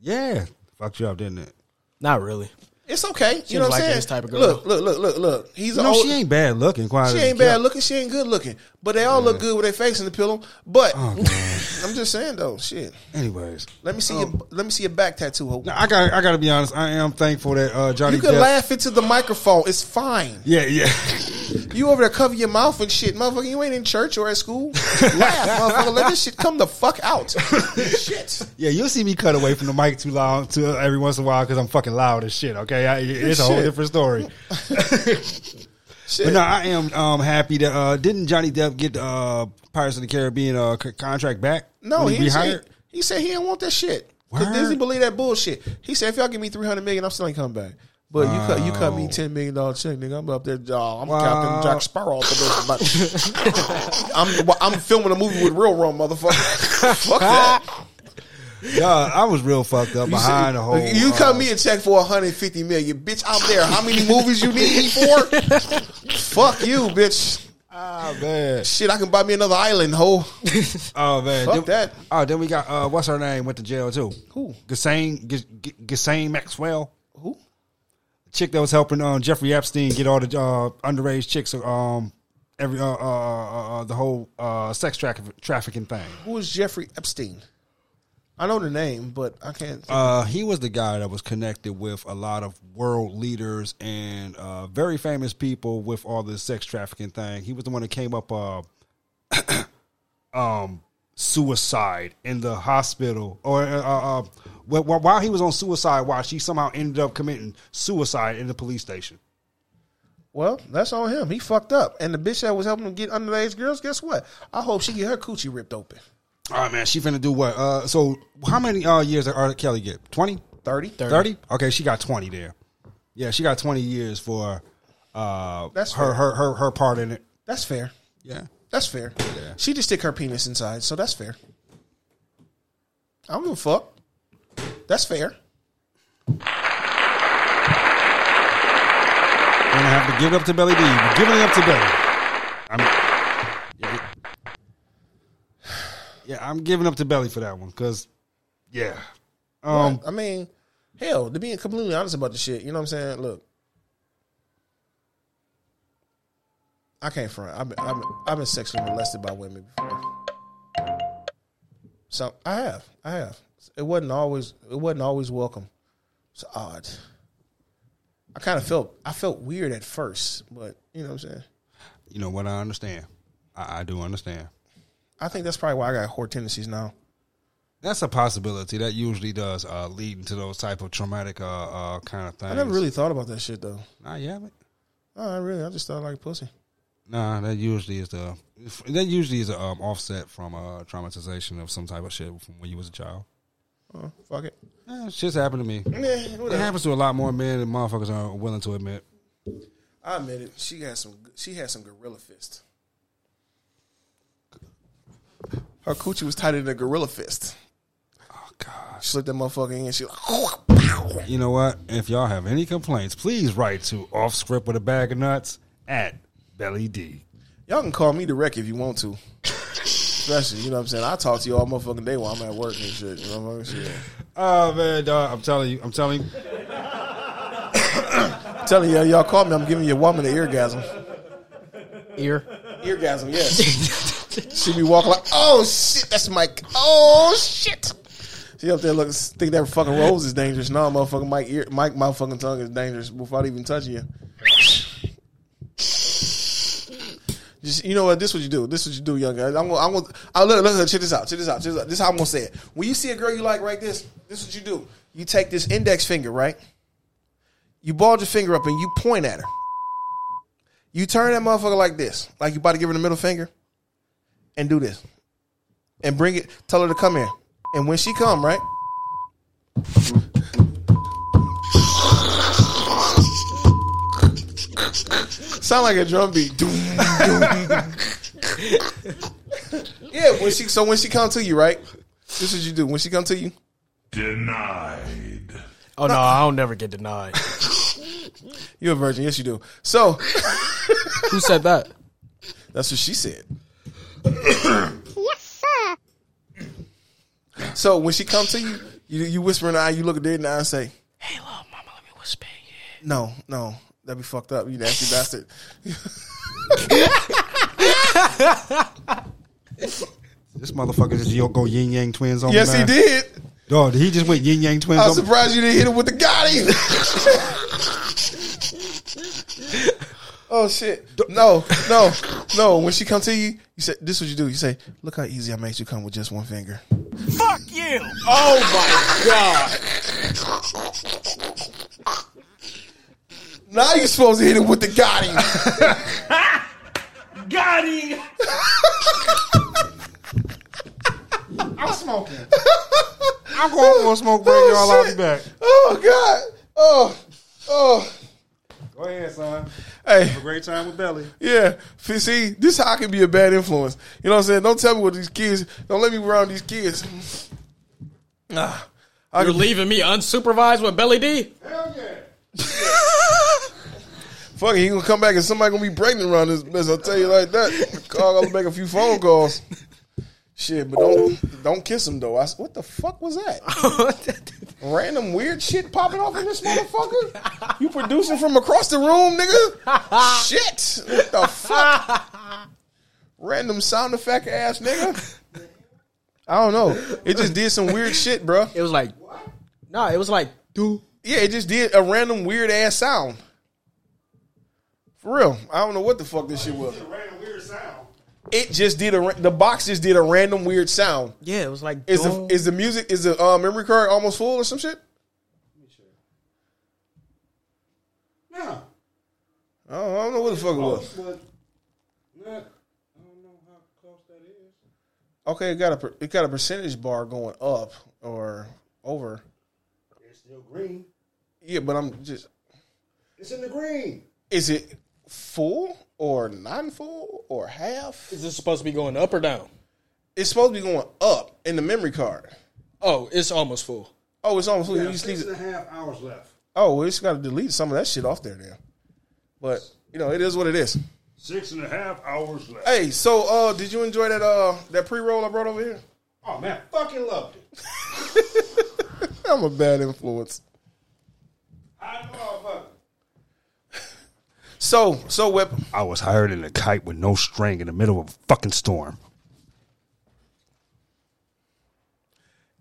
Yeah, fucked you up, didn't it?
Not really.
It's okay. you know what
like
I'm saying?
this type of girl.
Look, look, look, look, look. He's
You
an
know,
old,
she ain't bad looking. Quiet.
She
as a
ain't bad
cat.
looking. She ain't good looking. But they all look good with their face in the pillow. But
Oh.
I'm just saying though, shit.
Anyways,
Let me see your
Oh.
let me see your back tattoo. Ho.
I got. I got to be honest. I am thankful that uh, Johnny.
you can
Depp-
laugh into the microphone. It's fine.
Yeah, yeah.
You over there cover your mouth and shit, motherfucker. You ain't in church or at school. laugh, motherfucker. Let this shit come the fuck out. shit.
Yeah, you'll see me cut away from the mic too long to every once in a while because I'm fucking loud as shit. Okay, I, it's a whole
Shit.
different story.
Shit.
But no, I am um, happy that uh, didn't Johnny Depp get uh, Pirates of the Caribbean uh, c- contract back?
no,
When
he,
rehired?
said, he said he didn't want that shit. Because
Word.
Disney believe that bullshit. He said, if y'all give me 300 million, I'm still ain't coming back. But you cut you cut me ten million dollar check, nigga. I'm up there, dawg. I'm Captain Jack Sparrow. Up there, but- I'm well, I'm filming a movie with real rum, motherfucker. Fuck that.
Yeah, I was real fucked up behind the whole.
you
uh,
cut me a check for 150 million, bitch. I'm there. How many movies you need me for? Fuck you, bitch.
Oh man.
Shit, I can buy me another island, ho.
Oh man.
Fuck
then,
that.
Oh, then we got uh, what's her name went to jail too.
Who?
Ghislaine G- G- Ghislaine Maxwell.
Who?
The chick that was helping um, Jeffrey Epstein get all the uh, underage chicks. Um, every uh, uh, uh, uh, the whole uh, sex traff- trafficking thing.
Who is Jeffrey Epstein? I know the name, but I can't.
Uh, he was the guy that was connected with a lot of world leaders and uh, very famous people with all this sex trafficking thing. He was the one that came up uh, um, suicide in the hospital, or uh, uh, uh, wh- wh- while he was on suicide watch, he somehow ended up committing suicide in the police station.
Well, that's on him. He fucked up. And the bitch that was helping him get underage girls, guess what? I hope she get her coochie ripped open.
All right, man, she finna do what? Uh, so how many uh, years did R. Kelly get? 20?
30?
30? Okay, she got 20 there. Yeah, she got 20 years for uh
That's
her,
fair.
her her her part in it.
That's fair.
Yeah.
That's fair. She just stick her penis inside, so that's fair. I don't give a fuck. That's fair.
We're gonna have to give it up to Belly D. We're giving it up to Belly. I'm yeah, yeah, I'm giving up to Belly for that one because yeah. Um
I mean, hell, to be completely honest about the shit, you know what I'm saying? Look. I can't front. I've been, I've been, I've been sexually molested by women before. So I have, I have. It wasn't always, it wasn't always welcome. It's odd. I kind of felt, I felt weird at first, but you know what I'm saying.
you know what I understand. I, I do understand.
I think that's probably why I got whore tendencies now.
That's a possibility. That usually does uh, lead into those type of traumatic uh, uh, kind of things.
I never really thought about that shit though.
Nah, you haven't.
No, I really. I just thought I like pussy.
Nah, that usually is the that usually is an um, offset from uh, traumatization of some type of shit from when you was a child.
Oh, fuck it.
Eh, shit's happened to me.
Yeah,
It
whatever.
happens to a lot more men than motherfuckers are willing to admit.
I admit it. She had some. She had some gorilla fist. Her coochie was tighter than a gorilla fist.
Oh gosh.
She slipped that motherfucker in. She like.
You know what? If y'all have any complaints, please write to off script with a bag of nuts at belly D.
Y'all can call me direct if you want to. Especially, you know what I'm saying? I talk to you all motherfucking day while I'm at work and shit. You know what I'm saying?
Oh man, dog, I'm telling you, I'm telling you.
I'm telling you, y'all call me, I'm giving your woman an eargasm.
Ear.
Eargasm, yes. she be walking like, oh shit, that's Mike. Oh shit. She up there looking, think that fucking rose is dangerous. No, motherfucking Mike, ear, Mike, motherfucking tongue is dangerous without even touching you. Just, you know what? This is what you do. This is what you do, young guy. I'm gonna, I'm gonna, I look, look, look, check this out. Check this out. Check this out. This is how I'm gonna say it. When you see a girl you like, right? This, this is what you do. You take this index finger, right? You ball your finger up and you point at her. You turn that motherfucker like this, like you about to give her the middle finger, and do this, and bring it. Tell her to come here, and when she come, right? Sound like a drum beat. Doom, doom, doom. yeah, when she so when she come to you, right? This is what you do when she come to you.
Oh no, I don't never get denied.
You're a virgin, yes you do. So
Who said that?
That's what she said. yes, sir. So when she come to you, you, you whisper in the eye, you look dead in the eye and say,
Hey, little mama, let me whisper in
No, no, that'd be fucked up, you nasty bastard.
This motherfucker just yo- go yin yang twins on.
Yes,
me,
he
man.
did.
Dog, he just went yin yang twins.
I
on
was
me.
surprised you didn't hit him with the Gotti. oh shit. No, no, no. When she come to you, you say this is what you do. You say, look how easy I made you come with just one finger.
Oh my god!
Now you're supposed to hit him with the Gotti.
I'm going for a smoke break, y'all. I'll be back.
oh God. Oh, oh.
Go ahead, son.
Hey.
Great time with Belly.
Yeah, F- see, this how I can be a bad influence. You know what I'm saying? Don't tell me what these kids. Don't let me around these kids. Nah, I
You're
can,
leaving me unsupervised with Belly D?
fuck, it, he gonna come back and somebody gonna be pregnant around this mess. I'll tell you like that. Call, I'm gonna make a few phone calls. Shit, but don't don't kiss him though. I, s- what the fuck was that? Random weird shit popping off in this motherfucker. You producing from across the room, nigga? Shit, what the fuck? Random sound effect ass nigga. I don't know. It just did some weird shit, bro.
It was like, no, it was like, dude.
Yeah, it just did a random weird ass sound. For real, I don't know what the fuck this shit was. It just did a ra- the box just did a random weird sound.
Yeah, it was like,
Is the
dude.
is the music is the uh, memory card almost full or some shit?
No.
I don't, I don't know what the fuck it was. Okay, it got a per- it got a percentage bar going up or over.
It's still green.
Yeah, but I'm just
It's in the green.
is it full or non full or half?
is this supposed to be going up or down?
It's supposed to be going up in the memory card.
Oh, it's almost full.
Oh, it's almost full. You just need to-
half hours left.
Oh, we just got to delete some of that shit off there now. But you know, it is what it is.
Six and a half hours left.
Hey, so uh, did you enjoy that uh that pre roll I brought over here?
Oh man, fucking loved it.
I'm a bad influence. So, so whip.
I was hired in a kite with no string in the middle of a fucking storm.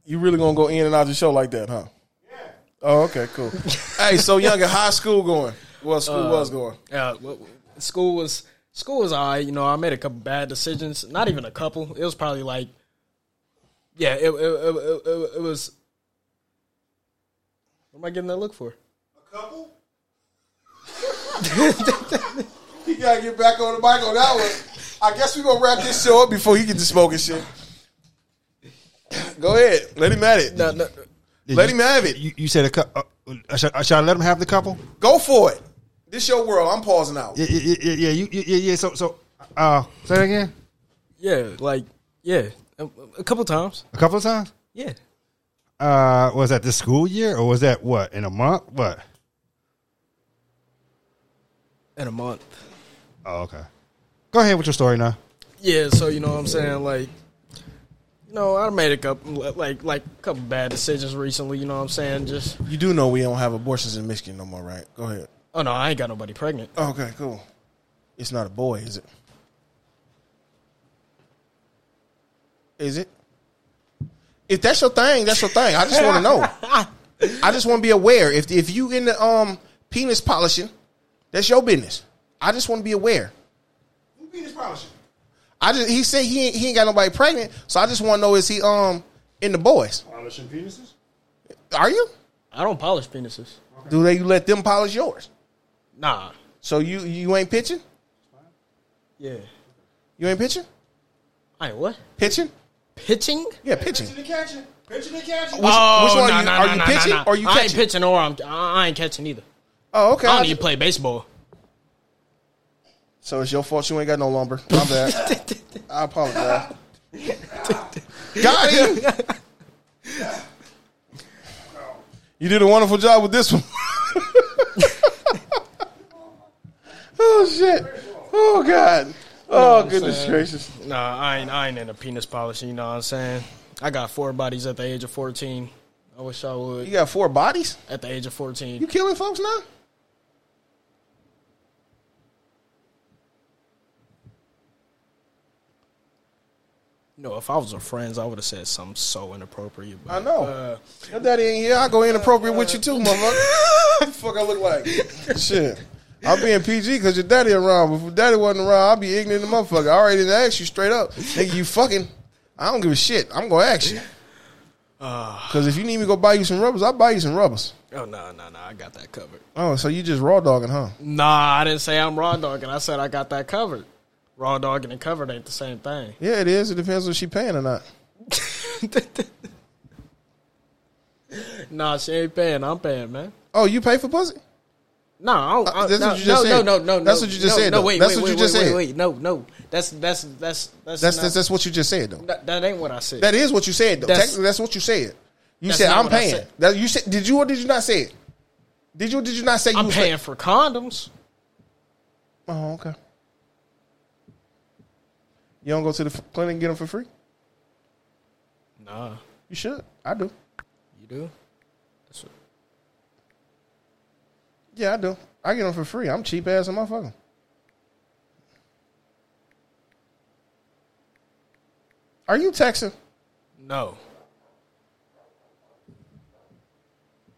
You really gonna go in and out the show like that, huh? Oh, okay, cool. hey, so young in high school going. Well, school was going.
Uh, w- w- school was school was all right. You know, I made a couple bad decisions. Not even a couple. It was probably like, yeah, it it, it, it, it- it was. What am I getting that look for?
Couple?
You gotta get back on the mic on that one. I guess we're gonna wrap this show up before he get to smoking shit. Go ahead. Let him have it.
No, no,
Let him have it.
You, you said a couple. Uh, should, should I let him have the couple?
Go for it. This your world. I'm pausing out.
Yeah, yeah, yeah, yeah. You, yeah, yeah, yeah. So, so, uh, say that again.
yeah, like yeah, a, a couple times.
A couple of times.
Yeah,
Uh, was that this school year or was that what in a month? What?
in a month.
Oh, okay. Go ahead with your story now.
Yeah, so you know what I'm saying, like you know, I made a couple like like a couple bad decisions recently, you know what I'm saying? Just
You do know we don't have abortions in Michigan no more, right? Go ahead.
oh no, I ain't got nobody pregnant.
Okay, cool. It's not a boy, is it? Is it? If that's your thing, that's your thing. I just want to know. I just want to be aware. If if you in the um penis polishing, that's your business. I just want to be aware.
Who beat his polishing?
I just he said he ain't, he ain't got nobody pregnant, so I just want to know is he um in the boys?
Polishing penises?
Are you?
I don't polish penises.
Do they you let them polish yours?
Nah.
So you you ain't pitching?
Yeah.
You ain't pitching?
I ain't what?
Pitching?
Pitching? Oh,
Yeah, pitching.
Pitching and catching. Pitching and catching.
Which, which one
nah,
are you,
nah,
are
nah,
you
nah,
pitching
nah, nah.
or you
I ain't
catching?
pitching or I'm I I ain't catching either.
Oh, okay.
I
I
don't even
just-
play baseball.
so it's your fault you ain't got no lumber. My bad. I apologize. got you. You did a wonderful job with this one. oh shit. Oh god. Oh goodness gracious.
Nah, I ain't I ain't into penis polishing, you know what I'm saying? I got four bodies at the age of fourteen. I wish I
You
would
got four bodies?
at the age of
You
fourteen.
killing folks now?
No, if I was with friends, I would have said something so inappropriate.
I
But
know. Your daddy ain't here. I go inappropriate with you too, motherfucker. What the fuck I look like? Shit. I'm being PG because your daddy around. But if your daddy wasn't around, I'd be ignorant to motherfucker. I already done asked you straight up. Nigga, you fucking. I don't give a shit. I'm going to ask you. Because if you need me to go buy you some rubbers, I'll buy you some rubbers.
oh no, no, no, I got that covered.
Oh, so you just raw dogging, huh?
Nah, I didn't say I'm raw dogging. I said I got that covered. Raw dogging and covered ain't the same thing.
Yeah, it is. It depends if she paying or not.
Nah, she ain't paying. I'm paying, man.
Oh, you pay for pussy?
No, I don't,
Uh,
I,
that's
no,
what you just
no,
said.
no, no, no,
That's
no,
what you just
no,
said,
No,
though.
wait,
That's
wait,
what
wait,
you just
wait,
said.
Wait, no, no, that's that's that's that's
That's,
not-
that's, that's what you just said, though.
that, that ain't what I said.
That is what you said, though.
That's-
Technically, that's what you said. You
That's
said
not
I'm
what I
paying.
said.
That you said. Did you or did you not say it? Did you or did you not say you
I'm
was
paying for condoms.
pay- oh, okay. You don't go to the f- clinic and get them for free.
Nah,
You should. I do.
you do. That's what,
Yeah, I do. I get them for free. I'm cheap ass a motherfucker. Are you texting?
no,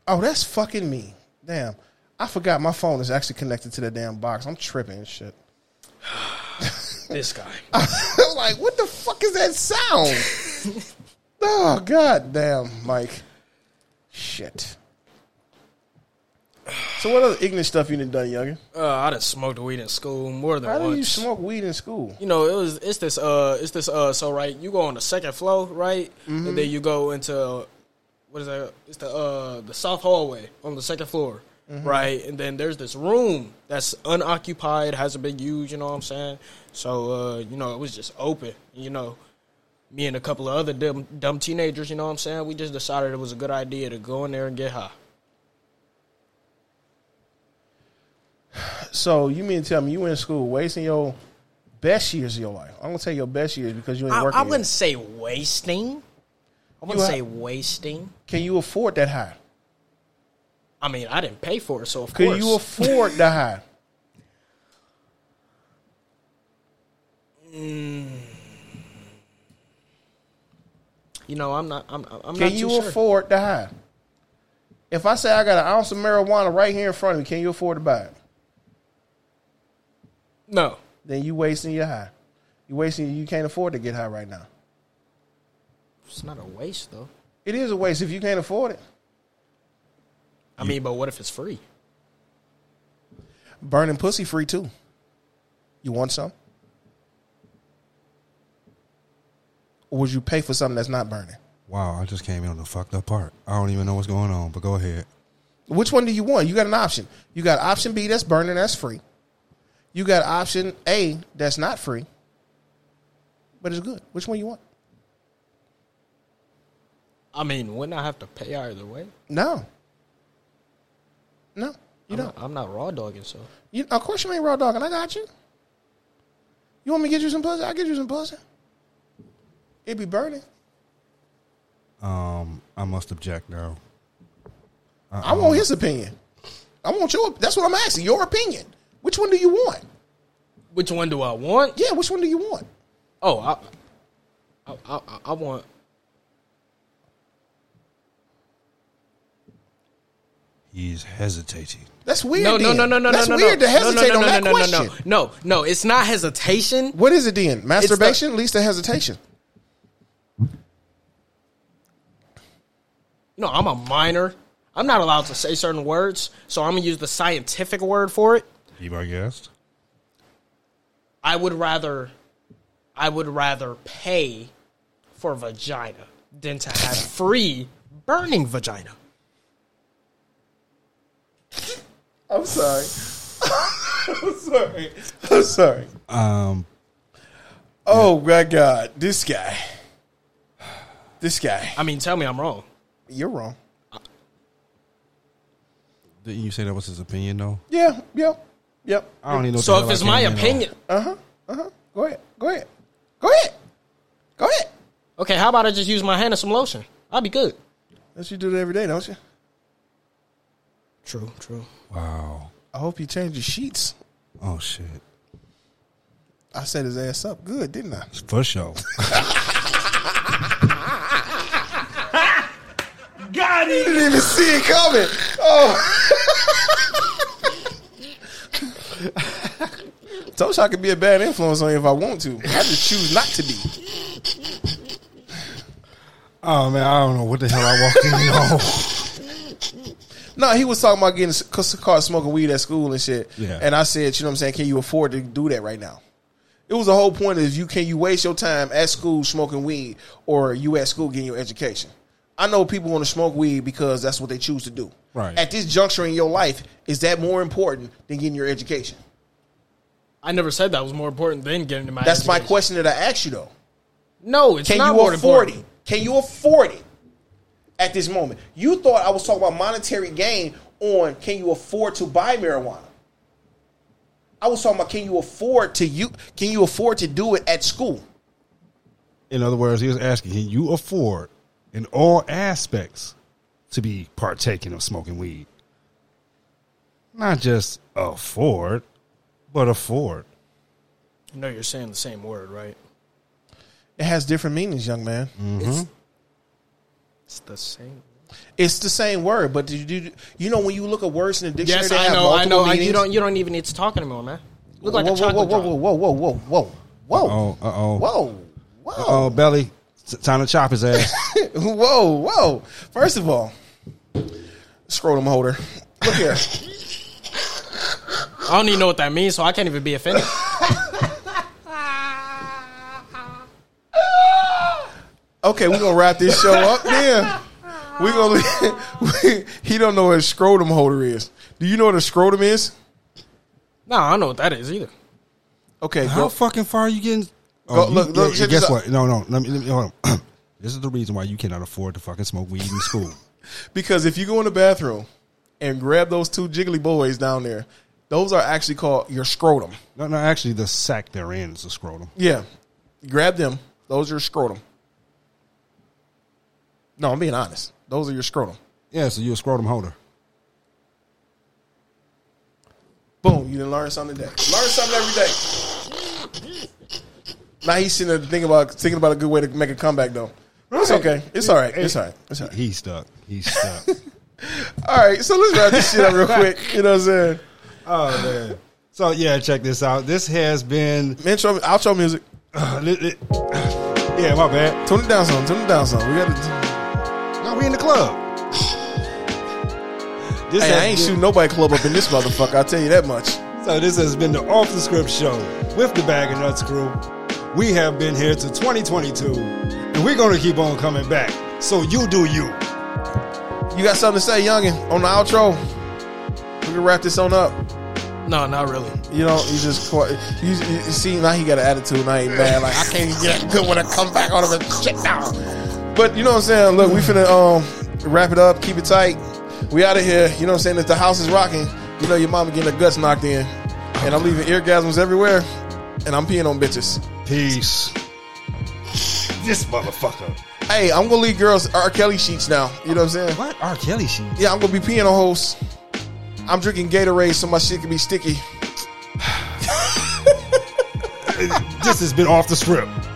Oh, that's fucking me. Damn. I forgot my phone is actually connected to the damn box. I'm tripping and shit.
this guy.
I'm like, what the fuck is that sound? oh god damn, Mike. Shit. So what other ignorant stuff you done done, youngin?
Uh, I done smoked weed in school more than
How
once.
do you smoke weed in school?
you know, it was it's this uh it's this uh so right, you go on the second floor, right?
Mm-hmm.
And then you go into what is that? It's the uh the south hallway on the second floor.
Mm-hmm.
Right? And then there's this room that's unoccupied, hasn't been used, you know what I'm saying? So uh, you know, it was just open, you know. Me and a couple of other dumb, dumb teenagers, you know what I'm saying? We just decided it was a good idea to go in there and get high.
So you mean to tell me you in school wasting your best years of your life? I'm gonna tell you your best years because you ain't
I,
working.
I
yet.
wouldn't say wasting. I
You
wouldn't
ha-
say wasting.
Can you afford that high?
I mean, I didn't pay for it, so of
Can
course.
you afford the high?
You know, I'm not. I'm. I'm not
Can
too
you
sure.
afford the high? If I say I got an ounce of marijuana right here in front of me, can you afford to buy it?
No,
then you wasting your high. You wasting. You can't afford to get high right now.
It's not a waste though.
It is a waste if you can't afford it.
I mean, but what if it's free?
Burning pussy free too. You want some? Or would you pay for something that's not burning?
Wow, I just came in on the fucked up part. I don't even know what's going on, but go ahead.
Which one do you want? You got an option. You got option B that's burning, that's free. You got option A that's not free, but it's good. Which one you want?
I mean, wouldn't I have to pay either way?
No. No, you
I'm
don't.
not, I'm not raw dogging, so
You, of course you ain't raw dogging. I got you. You want me to get you some pussy? I'll get you some pussy. It be burning.
Um, I must object now.
I want his opinion. I want your. That's what I'm asking. Your opinion. Which one do you want?
which one do I want?
Yeah, which one do you want?
Oh, I, I, I, I want.
He's hesitating.
That's weird.
No, no,
then.
no, no, no,
That's
no, no,
weird
no,
to hesitate
no, no,
on
no,
that
no, no,
question.
No, no, no, no, it's not hesitation.
What is it then? Masturbation leads to hesitation.
No, I'm a minor. I'm not allowed to say certain words, so I'm gonna use the scientific word for it.
Be my guest.
I would rather, I would rather pay for vagina than to have free burning vagina.
I'm sorry. I'm sorry. I'm sorry.
Um,
Oh my god, this guy. This guy.
I mean, tell me I'm wrong.
You're wrong.
didn't you say that was his opinion though?
Yeah. Yep. Yep.
I don't even know.
So if it's my opinion,
Go ahead. Go ahead. Go ahead. Go ahead.
okay, how about I just use my hand and some lotion? I'll be good.
That's you do that every day, don't you?
True, true.
Wow.
I hope you change your sheets.
Oh shit.
I set his ass up good, didn't I?
For sure.
You didn't even see it coming. Oh. Told you I could be a bad influence on you if I want to. I just choose not to be.
oh man, I don't know what the hell I walked in on.
No, he was talking about getting s- c- caught smoking weed at school and shit.
Yeah.
And I said, you know what I'm saying? Can you afford to do that right now? It was the whole point is you can you waste your time at school smoking weed or you at school getting your education. I know people want to smoke weed because that's what they choose to do.
Right.
At this juncture in your life, is that more important than getting your education?
I never said that was more important than getting to my.
That's my
education.
question that I asked you though.
No, it's
Can
not
you
more
afford
important.
it? Can you afford it at this moment? You thought I was talking about monetary gain on can you afford to buy marijuana? I was talking about can you afford to you can you afford to do it at school?
In other words, he was asking, can you afford in all aspects to be partaking of smoking weed? Not just afford, but afford.
No, you're saying the same word, right?
It has different meanings, young man.
It's, it's the same.
It's the same word, but did you do you know when you look at words in the dictionary?
Yes,
they
I
have
know, I
multiple
know. I, you
meanings?
don't, you don't even need to talk anymore, man. Look like
whoa,
a chocolate
whoa, whoa,
drop.
whoa, whoa, whoa, whoa, whoa, whoa,
Oh, uh oh.
whoa, whoa,
Oh, belly. It's time to chop his ass.
Whoa, whoa. First of all, scrotum holder. Look here.
I don't even know what that means, so I can't even be offended.
Okay, we're gonna wrap this show up then. We gonna he don't know what a scrotum holder is. Do you know what a scrotum is?
no, I don't know what that is either.
Okay,
How
go,
fucking far are Oh, you getting?
Go- look, look, check this
guess
out.
what? No, no. Let me, let me hold on. this is the reason why you cannot afford to fucking smoke weed in school.
because if you go in the bathroom and grab those two jiggly boys down there, those are actually called your scrotum.
no, no. Actually, the sack they're in is the scrotum.
Yeah, grab them. Those are your scrotum. No, I'm being honest. Those are your scrotum.
Yeah, so you're a scrotum holder.
Boom, you didn't learn something today. Learn something every day. Now he's sitting there thinking about thinking about a good way to make a comeback though. It's okay. It's all right. It's all right. It's all right.
He's stuck. He's stuck.
All right. So let's wrap this shit up real quick. You know what I'm saying?
oh man. So yeah, check this out. This has been
Intro, outro music.
li- li- Uh, yeah, my bad.
Tune it down some. Tune it down some. We got.
No, we in the club. This
Hey,
has
I ain't
been-
shooting nobody club up in this motherfucker. I'll tell you that much.
So this has been the Off the Script Show with the Bag of Nuts crew. We have been here to 2022, and we're gonna keep on coming back. So you do you.
You got something to say, youngin? On the outro, we can wrap this on up.
No, not really.
You know, you just quite, you, you you see now he got an attitude. And I ain't mad. Like I can't even get good when I come back on him and shit now. But you know what I'm saying? Look, we finna um wrap it up. Keep it tight. We out of here. You know what I'm saying? If the house is rocking, you know your mama getting her guts knocked in, and I'm leaving orgasms everywhere, and I'm peeing on bitches.
Peace. This motherfucker.
Hey, I'm gonna leave girls R. Kelly sheets now. You know what I'm saying?
What R. Kelly sheets?
Yeah, I'm gonna be peeing on hoes. I'm drinking Gatorade so my shit can be sticky.
This has been off the script.